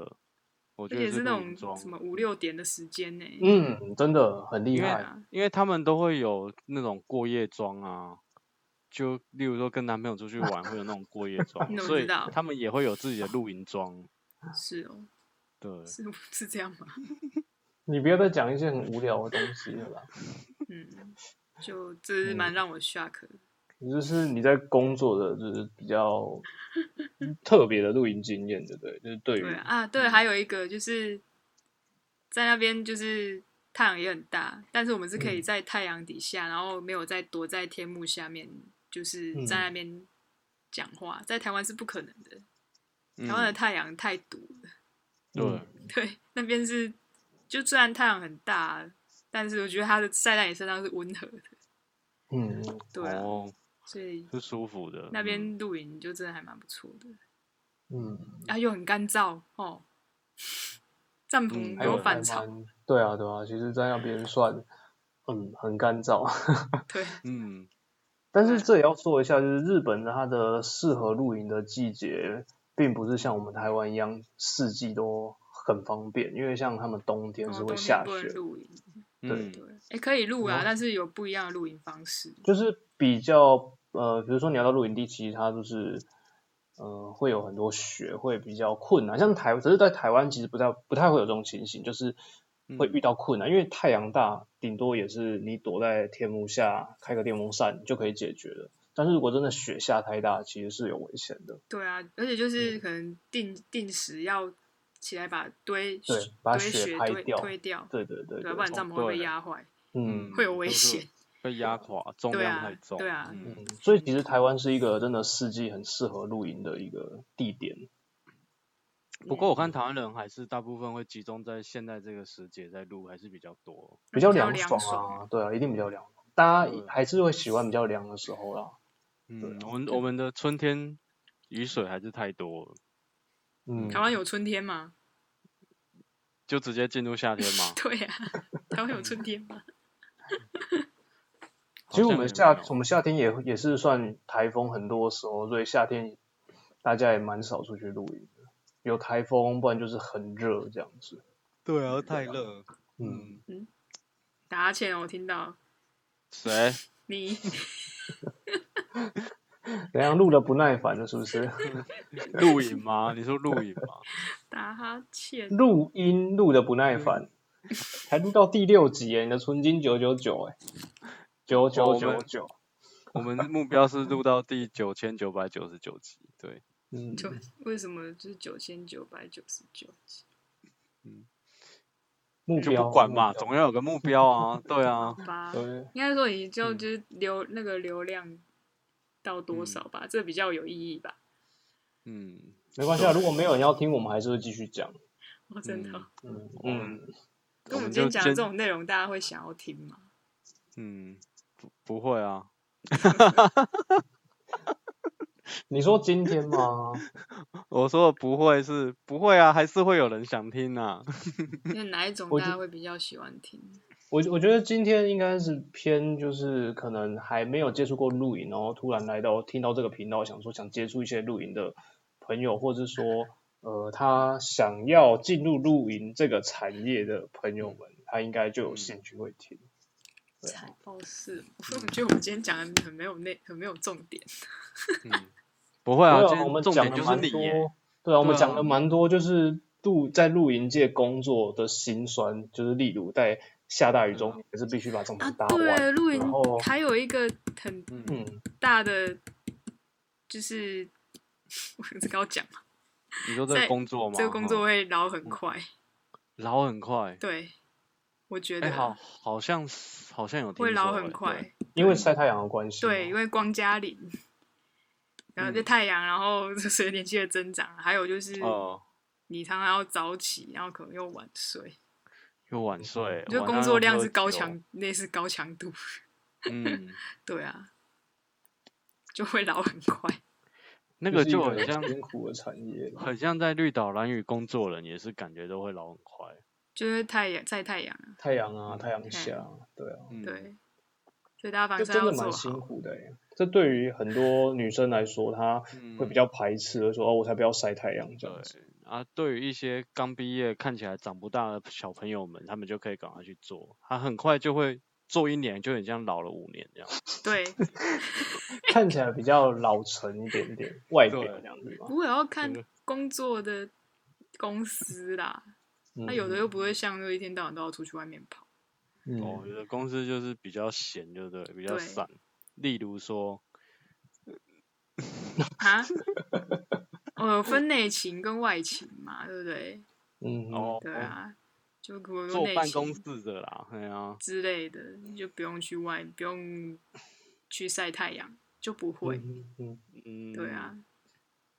我而觉且得是那露营种装什，么五六点的时间呢、嗯，真的很厉因为对害。啊，因为他们都会有那种过夜装啊。就例如说跟男朋友出去玩会有那种过 夜装你，怎么所知以道他们也会有自己的露营装。是哦，对，是 是这样吗？你不要再讲一些很无聊的东西了啦。嗯，就这是嗯蛮让我 shock 的。就是你在工作的，就是比 较特别的露营经验，对不对？就是对于对啊，对，还有一个就是在那边就是太阳也很大，但是我们是可以嗯在太阳底下，然后没有在躲在天幕下面，就是在那边讲话，在台湾是不可能的。台湾的嗯太阳太毒了， 对，对，那边是就虽然太阳很大，但是我觉得它的晒在你身上是温和的，嗯，对啊，哦，所以是舒服的。那嗯边露营就真的还蛮不错的。嗯啊，又很干燥哦， 帐嗯篷还有有反潮，。对啊，对啊，其实，在那边算嗯很干燥， 对，嗯，但啊是这也要说一下，就是日本的它的适合露营的季节，并不是像我们台湾一样四季都很方便，因为像他们冬天然是后会哦冬下天不能雪，露营，嗯对，哎，可以露啊然，后但是有不一样的露营方式，就是比较呃，比如说你要到露营地，其实它就是呃会有很多雪，会比较困难。像台，只是在台湾其实不太不太会有这种情形，就是嗯会遇到困难，因为太阳大，顶多也是你躲在天幕下开个电风扇就可以解决了。但是如果真的雪下太大，其实是有危险的。对啊，而且嗯就是可能定定时要起来把堆对雪把堆雪雪拍推掉推掉，对对对对啊，对，不然帐哦篷会被对压坏，嗯会有危都是险，被压 垮，重对量啊太重。对啊嗯嗯，所以其实台湾是一个真的四季很适合露营的一个地点。不过我看台湾人还是大部分会集中在现在这个时节在录，还是比较嗯多。比较比较凉凉爽爽啊，对啊，一定比较凉爽。大家对还是会喜欢比较凉的时候啦。啊嗯，我们我们的春天雨水还是太多了，嗯，台湾有春天吗？。就直接进入夏天嘛对啊，台湾有春天吗？ 其好实我像也们夏没有我们夏天也也是算台风很多时候，所以夏天大家也蛮少出去露营的。有台风，不然就是很热这样子。对啊，太热。嗯，嗯，打哈欠哦，我听到谁？你 怎样录的不耐烦了是 不是？露营吗？你说露营吗？打哈欠，嗯嗯录音录的不耐烦，才录到第六集耶，你的纯金九九九哎，九九九九，我们目标是录到第九千九百九十九集，对，嗯，就为什么就是九千九百九十九集？目就标不管嘛，目标总要有个目标啊，对啊，吧，对，应该说你就嗯就是流、那个流量到嗯多少吧，这比较有意义吧？嗯，没关系啊，如果没有人要听，我们还是会继续讲。我真的哦、嗯嗯我嗯们，跟我们们今就嗯天讲的先这种内容，大家会想要听吗？嗯，不不会啊，你说今天吗？ 我说的不会是不会啊，还是会有人想听啊，那哪一种我大觉家会比较喜欢听？我我觉得今天应该是偏就是可能还没有接触过露营，然后突然来到听到这个频道，想说想接触一些露营的朋友，或者是说呃他想要进入露营这个产业的朋友们，他应该嗯就有兴趣会听。对啊财报是，我觉得我们今天讲的很没有内，很没有重点。嗯，不会啊，对今啊，我天们重讲点了就是蛮你多耶，，对啊，我们对啊讲了蛮多，就是露在露营界工作的辛酸，就是例如在下大雨中，嗯你还是必须把帐啊篷搭，对，完，露营然后还有一个很嗯，嗯。大的，就是 我这个要讲嘛，你说这个在工作吗？这个工作哈会老嗯很快。老很快，对，我觉哎，得好，好像是好像有听会老说很哎快。因为晒太阳的关系嘛，对，因为光加龄，然后这嗯太阳，然后 就随着年纪的增长，还有就是对哦，你常常要早起，然后可能又晚睡，又晚睡，我觉得晚上工又作量喝是高酒，强，类似高强度。嗯，对啊，就会老很快。那个是一就很像辛苦的产业啦。很像在绿岛蓝屿工作人也是感觉都会老很快，就是太阳晒太阳啊，太阳啊，太阳下啊，对啊，嗯，对，所以大家防这晒真要的做蛮辛好。苦的欸。这对于很多女生来说，她嗯，会比较排斥，会说哦，我才不要晒太阳这对样子。啊。对于一些刚毕业看起来长不大的小朋友们，他们就可以赶快去做，他很快就会做一年，就很像老了五年这样。对，看起来比较老成一点点，外表对这样子嘛不。过也要看对工作的公司啦。那那有嗯的又不会像就一天到晚都要出去外面跑。哦，我觉得公司就是比较闲，对不对？比较对散。例如说， 啊，我有呃分内勤跟外勤嘛，对不对？嗯，哦，对啊，就如果说坐内办公勤室的啦，哎呀、之类的，就不用去外，不用去晒太阳，就不会。嗯嗯，嗯，对啊，，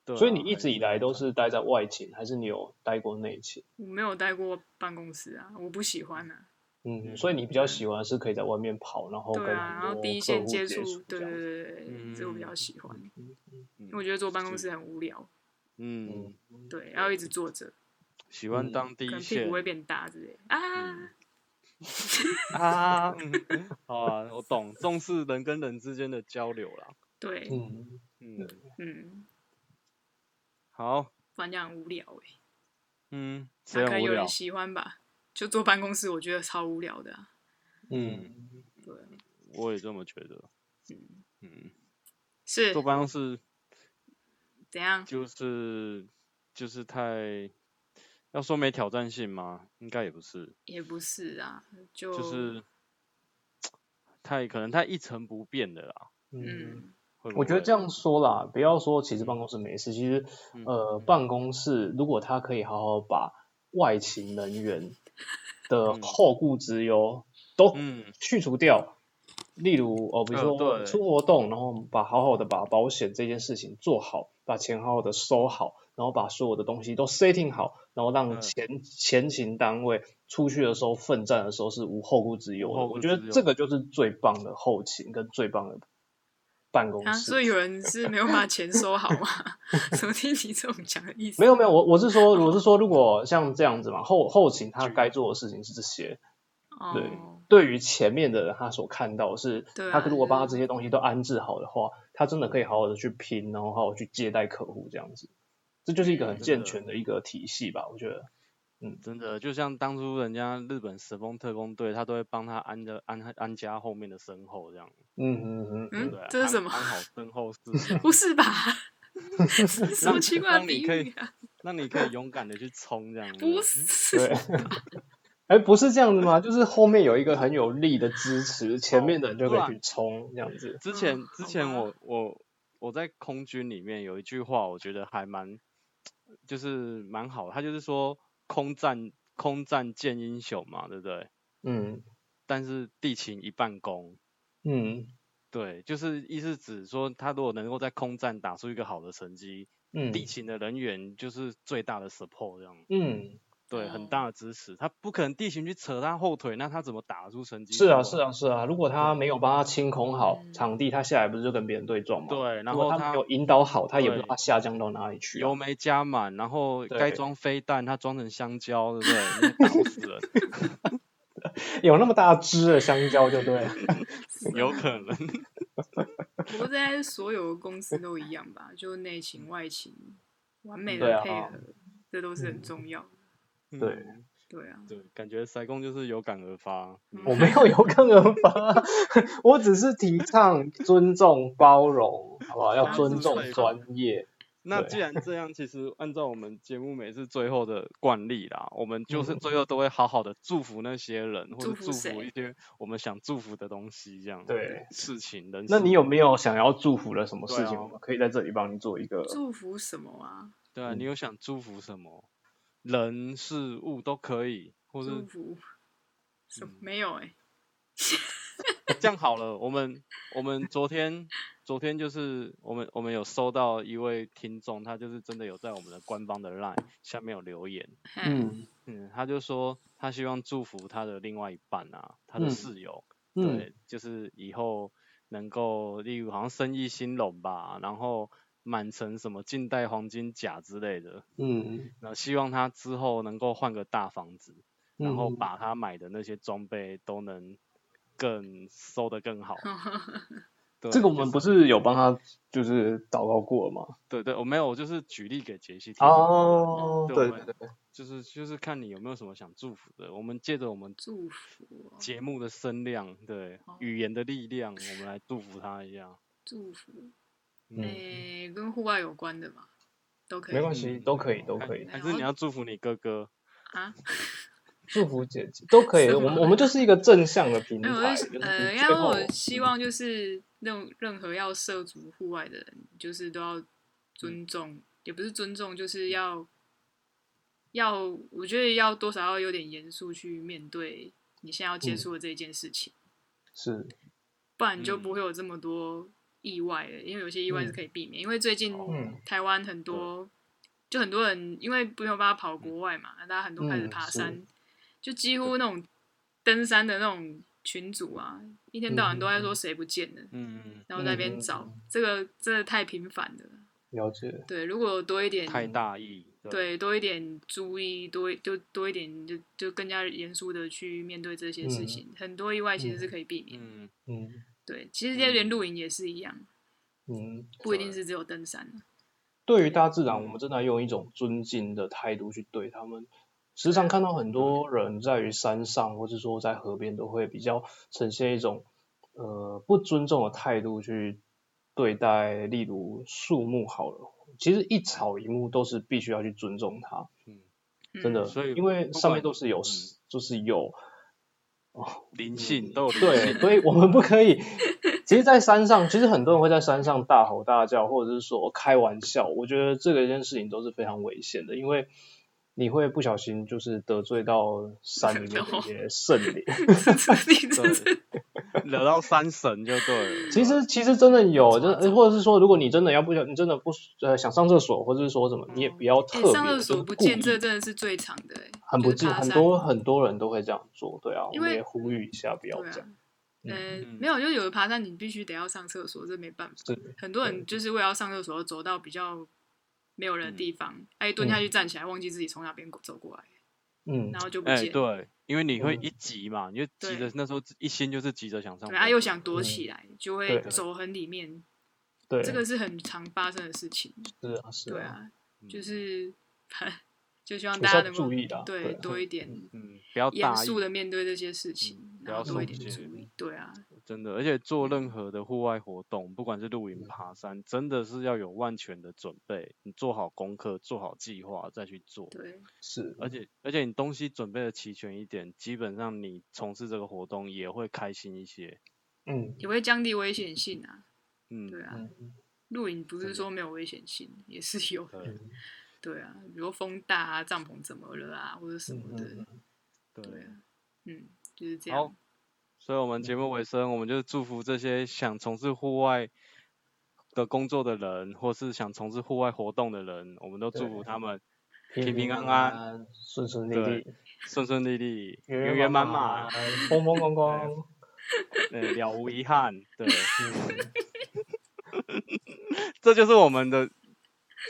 对所以啊你一直以来都是待在外勤，还是你有待过内勤？我没有待过办公室啊，我不喜欢啊。嗯，所以你比较喜欢是可以在外面跑，然后跟对啊，然很后多第一客线户接接触，对这样子。对对对，这我比较喜欢，因为我嗯觉得坐办公室很无聊，嗯，对，然后一直坐着，喜欢嗯当第可一能屁线股会变大之类的啊嗯。啊，嗯，好啊，我懂，重视人跟人之间的交流啦。对，嗯。嗯，嗯，好，反正很无聊哎、欸，嗯，那谁可能很无有聊人？喜欢吧。就坐办公室，我觉得超无聊的啊、嗯，对啊，我也这么觉得。嗯，嗯，是坐办公室怎样？就是就是太，要说没挑战性吗？应该也不是，也不是啊，就就是太可能太一成不变的啦。嗯，嗯，会不我觉得会这样说啦，不要说其实办公室没事，其实嗯呃，办公室如果他可以好好把外勤人员的嗯后顾之忧都嗯去除掉，例如哦，比如呃说对出活动，然后把好好的把保险这件事情做好，把钱好好的收好，然后把所有的东西都 setting 好，然后让嗯前前勤单位出去的时候奋战的时候是无后顾之忧无的。后我顾觉得之忧这个就是最棒的后勤跟最棒的办公啊，室。所以有人是没有把钱收好吗？ 怎么听你这种讲的意思？没有没有，我我是说我是说，如果像这样子嘛，后后勤他该做的事情是这些，哦，对对于前面的人他所看到的是，对他啊如果把他嗯这些东西都安置好的话，他真的可以好好的去拼，然后好好地去接待客户这样子，这就是一个很嗯健真的全的一个体系吧，我觉得。真的，就像当初人家日本神风特工队，他都会帮他安着安安家后面的身后这样，嗯嗯嗯对不，嗯对？啊这是安什么安好身后 事这样，不是 吧？这是什么奇怪让的你比可以喻啊？让你可以勇敢的去冲这样子。嗯不是，对， 哎，不是这样子吗？就是后面有一个很有力的支持，前面的人就可以去冲这样子。之嗯前之好前吧我我我在空军里面有一句话，我觉得还蛮就是蛮好的，他就是说空战空战见英雄嘛，对不对？嗯但是地勤一半功，嗯对，就是意思指说他如果能够在空战打出一个好的成绩，嗯地勤的人员就是最大的 support 这样，嗯，对，很哦大的支持。他不可能地勤去扯他后腿，那他怎么打出成绩出是来？啊是啊是啊。如果他没有帮他清空好嗯场地，他下来不是就跟别人对撞吗？。对，然如果后他他没有引导好，他也不对知道他下降到哪里去啊、油没加满，然后对该装飞弹，它装成香蕉，对不对？你打不死 人，有那么大只的香蕉，就对了。 有可能。不过在所有的公司都一样吧，就内勤外勤，完美对的啊嗯配合，这都是很重要的。对嗯对啊，对，感觉塞工就是有感而发。嗯我没有有感而发， 我只是提倡尊重、包容，好吧？要尊重专业。那对既然这样，其实按照我们节目每次最后的惯例啦，我们就是嗯最后都会好好的祝福那些人，或者祝福祝福谁一些我们想祝福的东西，这样对事情人事。那你有没有想要祝福的什么事对情？啊我们可以在这里帮你做一个。 祝福什么啊？对啊？嗯你有想祝福什么人、事物都可以，或是嗯祝福什么？没有哎、这样好了，我们我们昨天昨天就是我们我们有收到一位听众，他就是真的有在我们的官方的 line 下面有留言，嘿嗯嗯，他就说他希望祝福他的另外一半啊，他的嗯室友，嗯对，就是以后能够例如好像生意兴隆吧，然后满城什么近代黄金甲之类的，嗯，那希望他之后能够换个大房子，然后嗯把他买的那些装备都能更收的更好。对这个我就们不是有帮他就是祷告过吗？对对，我没有，我就是举例给杰西听。哦，对对我对们对，就是就是看你有没有什么想祝福的。我们借着我们 祝福、哦，节目的声量，对哦语言的力量，我们来祝福他一下。祝福，哦嗯诶、跟户外有关的嘛，都可以。没关系，嗯都可以，都可以，还是你要祝福你哥哥？啊，祝福姐姐都可以。什么我们我们就是一个正向的平没台有，我，就是就是呃，最要后我希望就是任任何要涉足户外的人，就是都嗯要尊重，也不是尊重，就是要要，我觉得要多少要有点严肃去面对你现在要嗯接触的这一件事情，是不然就嗯不会有这么多意外了。因为有些意外是嗯可以避免，因为最近嗯台湾很多，就很多人因为没有办法跑国外嘛，大家很多开始嗯爬是山，就几乎那种登山的那种群组啊，一天到晚都在说谁不见了，嗯，然后在那边找，这个真的太频繁了。了解。对，如果多一点，太大意。，嗯对，多一点注意，多一就多一点，就就更加严肃的去面对这些事嗯情，很多意外其实是可以避免。嗯，嗯对，其实就连露营也是一样，嗯。不一定对是只有登山。啊对于大自然，我嗯们真的要用一种尊敬的态度去对他们。时常看到很多人在于山上，或是说在河边，都会比较呈现一种呃不尊重的态度去对待，例如树木好了。其实一草一木都是必须要去尊重它，嗯 真的，所以因为不上管面都是有嗯，就是有灵嗯性都有灵对，性。所以我们不可以。其实，在山上，其实很多人会在山上大吼大叫，或者是说开玩笑。我觉得这个一件事情都是非常危险的，因为你会不小心就是得罪到山里面的一些圣 灵。你 这是对，惹到山神就对了。其实，其实真的有，抓就是或者是说，如果你真的要不小，你真的不呃想上厕所，或者是说什么，你也不要特哎、别、上厕就是所故不见，意这真的是最长的、哎，很就不是敬，爬很山多很多人都会这样做，对啊，我因们为也呼吁一下，不要对这样啊。，嗯呃，嗯没有，就有的爬山你必须得要上厕所，这没办法。是很多人就是为了要上厕所走到比较没有人的地嗯方，哎、蹲下去站起来，忘记自己从哪边走过来，嗯然后就不哎、见。对，对，因为你会嗯一急嘛，你就急对着那时候一心就是急着想上厕所，啊，又想躲起来，就会嗯对走很里面，对，这个是很常发生的事情。是啊是对啊，啊，嗯就是。 就希望还大是家要能够注意的啊对对多一点嗯，不要严大肃意。的面对这些事情，嗯不然后要多一松点懈注意。对啊，真的，而且做任何的户外活动，不管是露营、爬山，真的是要有万全的准备，你做好功课、做好计划再去做。对，是而且而且你东西准备的齐全一点，基本上你从事这个活动也会开心一些。嗯也会降低危险性啊。嗯，对啊，嗯露营不真是的说没有危险性，也是有的。对嗯对啊，比如风大啊，帐篷怎么了啊，或者什么嗯的嗯。对对。啊，嗯，就是这好样。所以，我们节目尾声，我们就祝福这些想从事户外的工作的人，或是想从事户外活动的人，我们都祝对福他们平平安安安、顺顺利对利、顺顺利利、圆圆圆满满啊满，、风风 光光。对，了无遗憾。对，嗯这就是我们的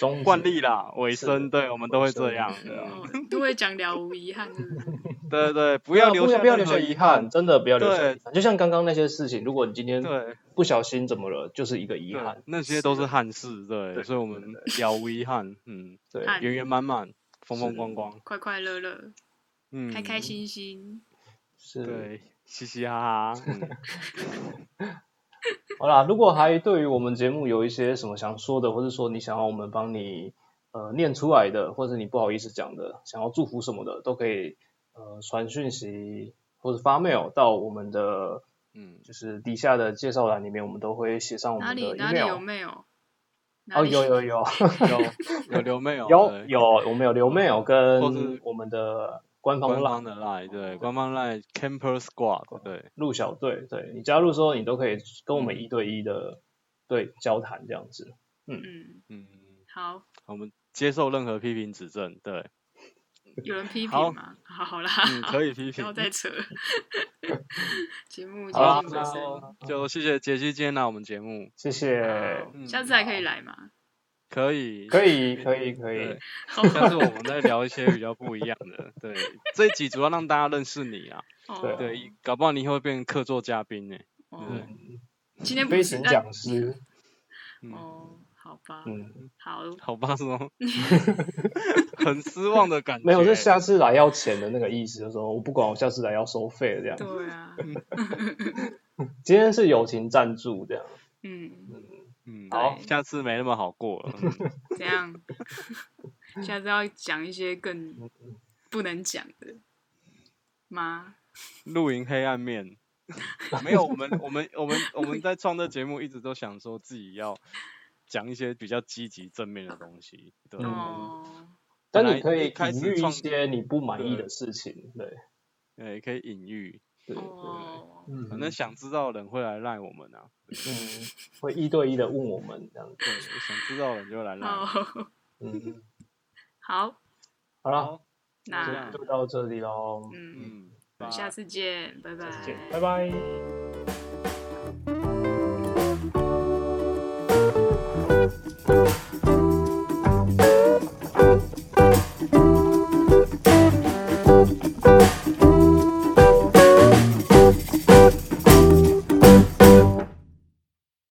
终惯极例啦，尾嗯是声，对我们都尾会这声样。对啊哦，都会讲了无遗憾，对不对对？对，不不要留下啊不要留任何下遗遗憾憾，。真的不要留下对遗憾。就像刚刚那些事情，如果你今天对。不小心怎么了，就是一个遗对憾。那些都是憾事，对，对所以我们了无遗憾，嗯，对，憾圆圆满满，风风是光光，快快乐乐，嗯，开开，心心。是。对，嘻嘻哈哈，嗯好啦，如果还对于我们节目有一些什么想说的，或者说你想要我们帮你呃念出来的，或者是你不好意思讲的，想要祝福什么的，都可以呃传讯息或者发 mail 到我们的 嗯，就是底下的介绍栏里面，我们都会写上我哪们里的哪里有 email。 mail？哪哦，里有有有有有留妹哦， 有对有，我们有留 mail 或是跟我们的官方官 line 方的 line，对，哦官方 line Camper Squad，对，陆小队，对你加入之后，你都可以跟我嗯们一对一的、对交谈这样子。嗯，嗯，好，我们接受任何批评指正， 对，有人批好评吗？好好啦，嗯，可以批不评要，再扯了。 节目接好啦近尾声，那就谢谢杰西今天来我们节目，谢谢好，嗯下次还可以来嘛？可以，可以可以可以对，，哦下次我们再聊一些比较不一样的，对，这一集主要让大家认识你啊。哦，对，一搞不好你以后会变成客座嘉宾呢。哦，对，今天不嗯飞是行讲师，嗯，哦，好吧，嗯， 好，好吧， 是吗？很失望的感觉。没有，是下次来要钱的那个意思，就是说我不管，我下次来要收费这样。对啊，今天是友情赞助这样，嗯，嗯，好下次没那么好过了。 嗯怎样？ 下次要讲一些更不能讲的吗？露营黑暗面。没有，我们我们我们我们在创作节目一直都想说自己要讲一些比较积极正面的东西，对，哦，本但来你可以一开始隐喻一创些你不满意的事情，对呃，也可以隐喻，对对，哦，嗯，反正想知道的人会来赖我们啊，嗯会一对一的问我们这样子，对，想知道的人就来赖我们。好，嗯，哦好，好了，好，这就那样就到这里喽，嗯，嗯，下次见，拜拜再见，拜拜。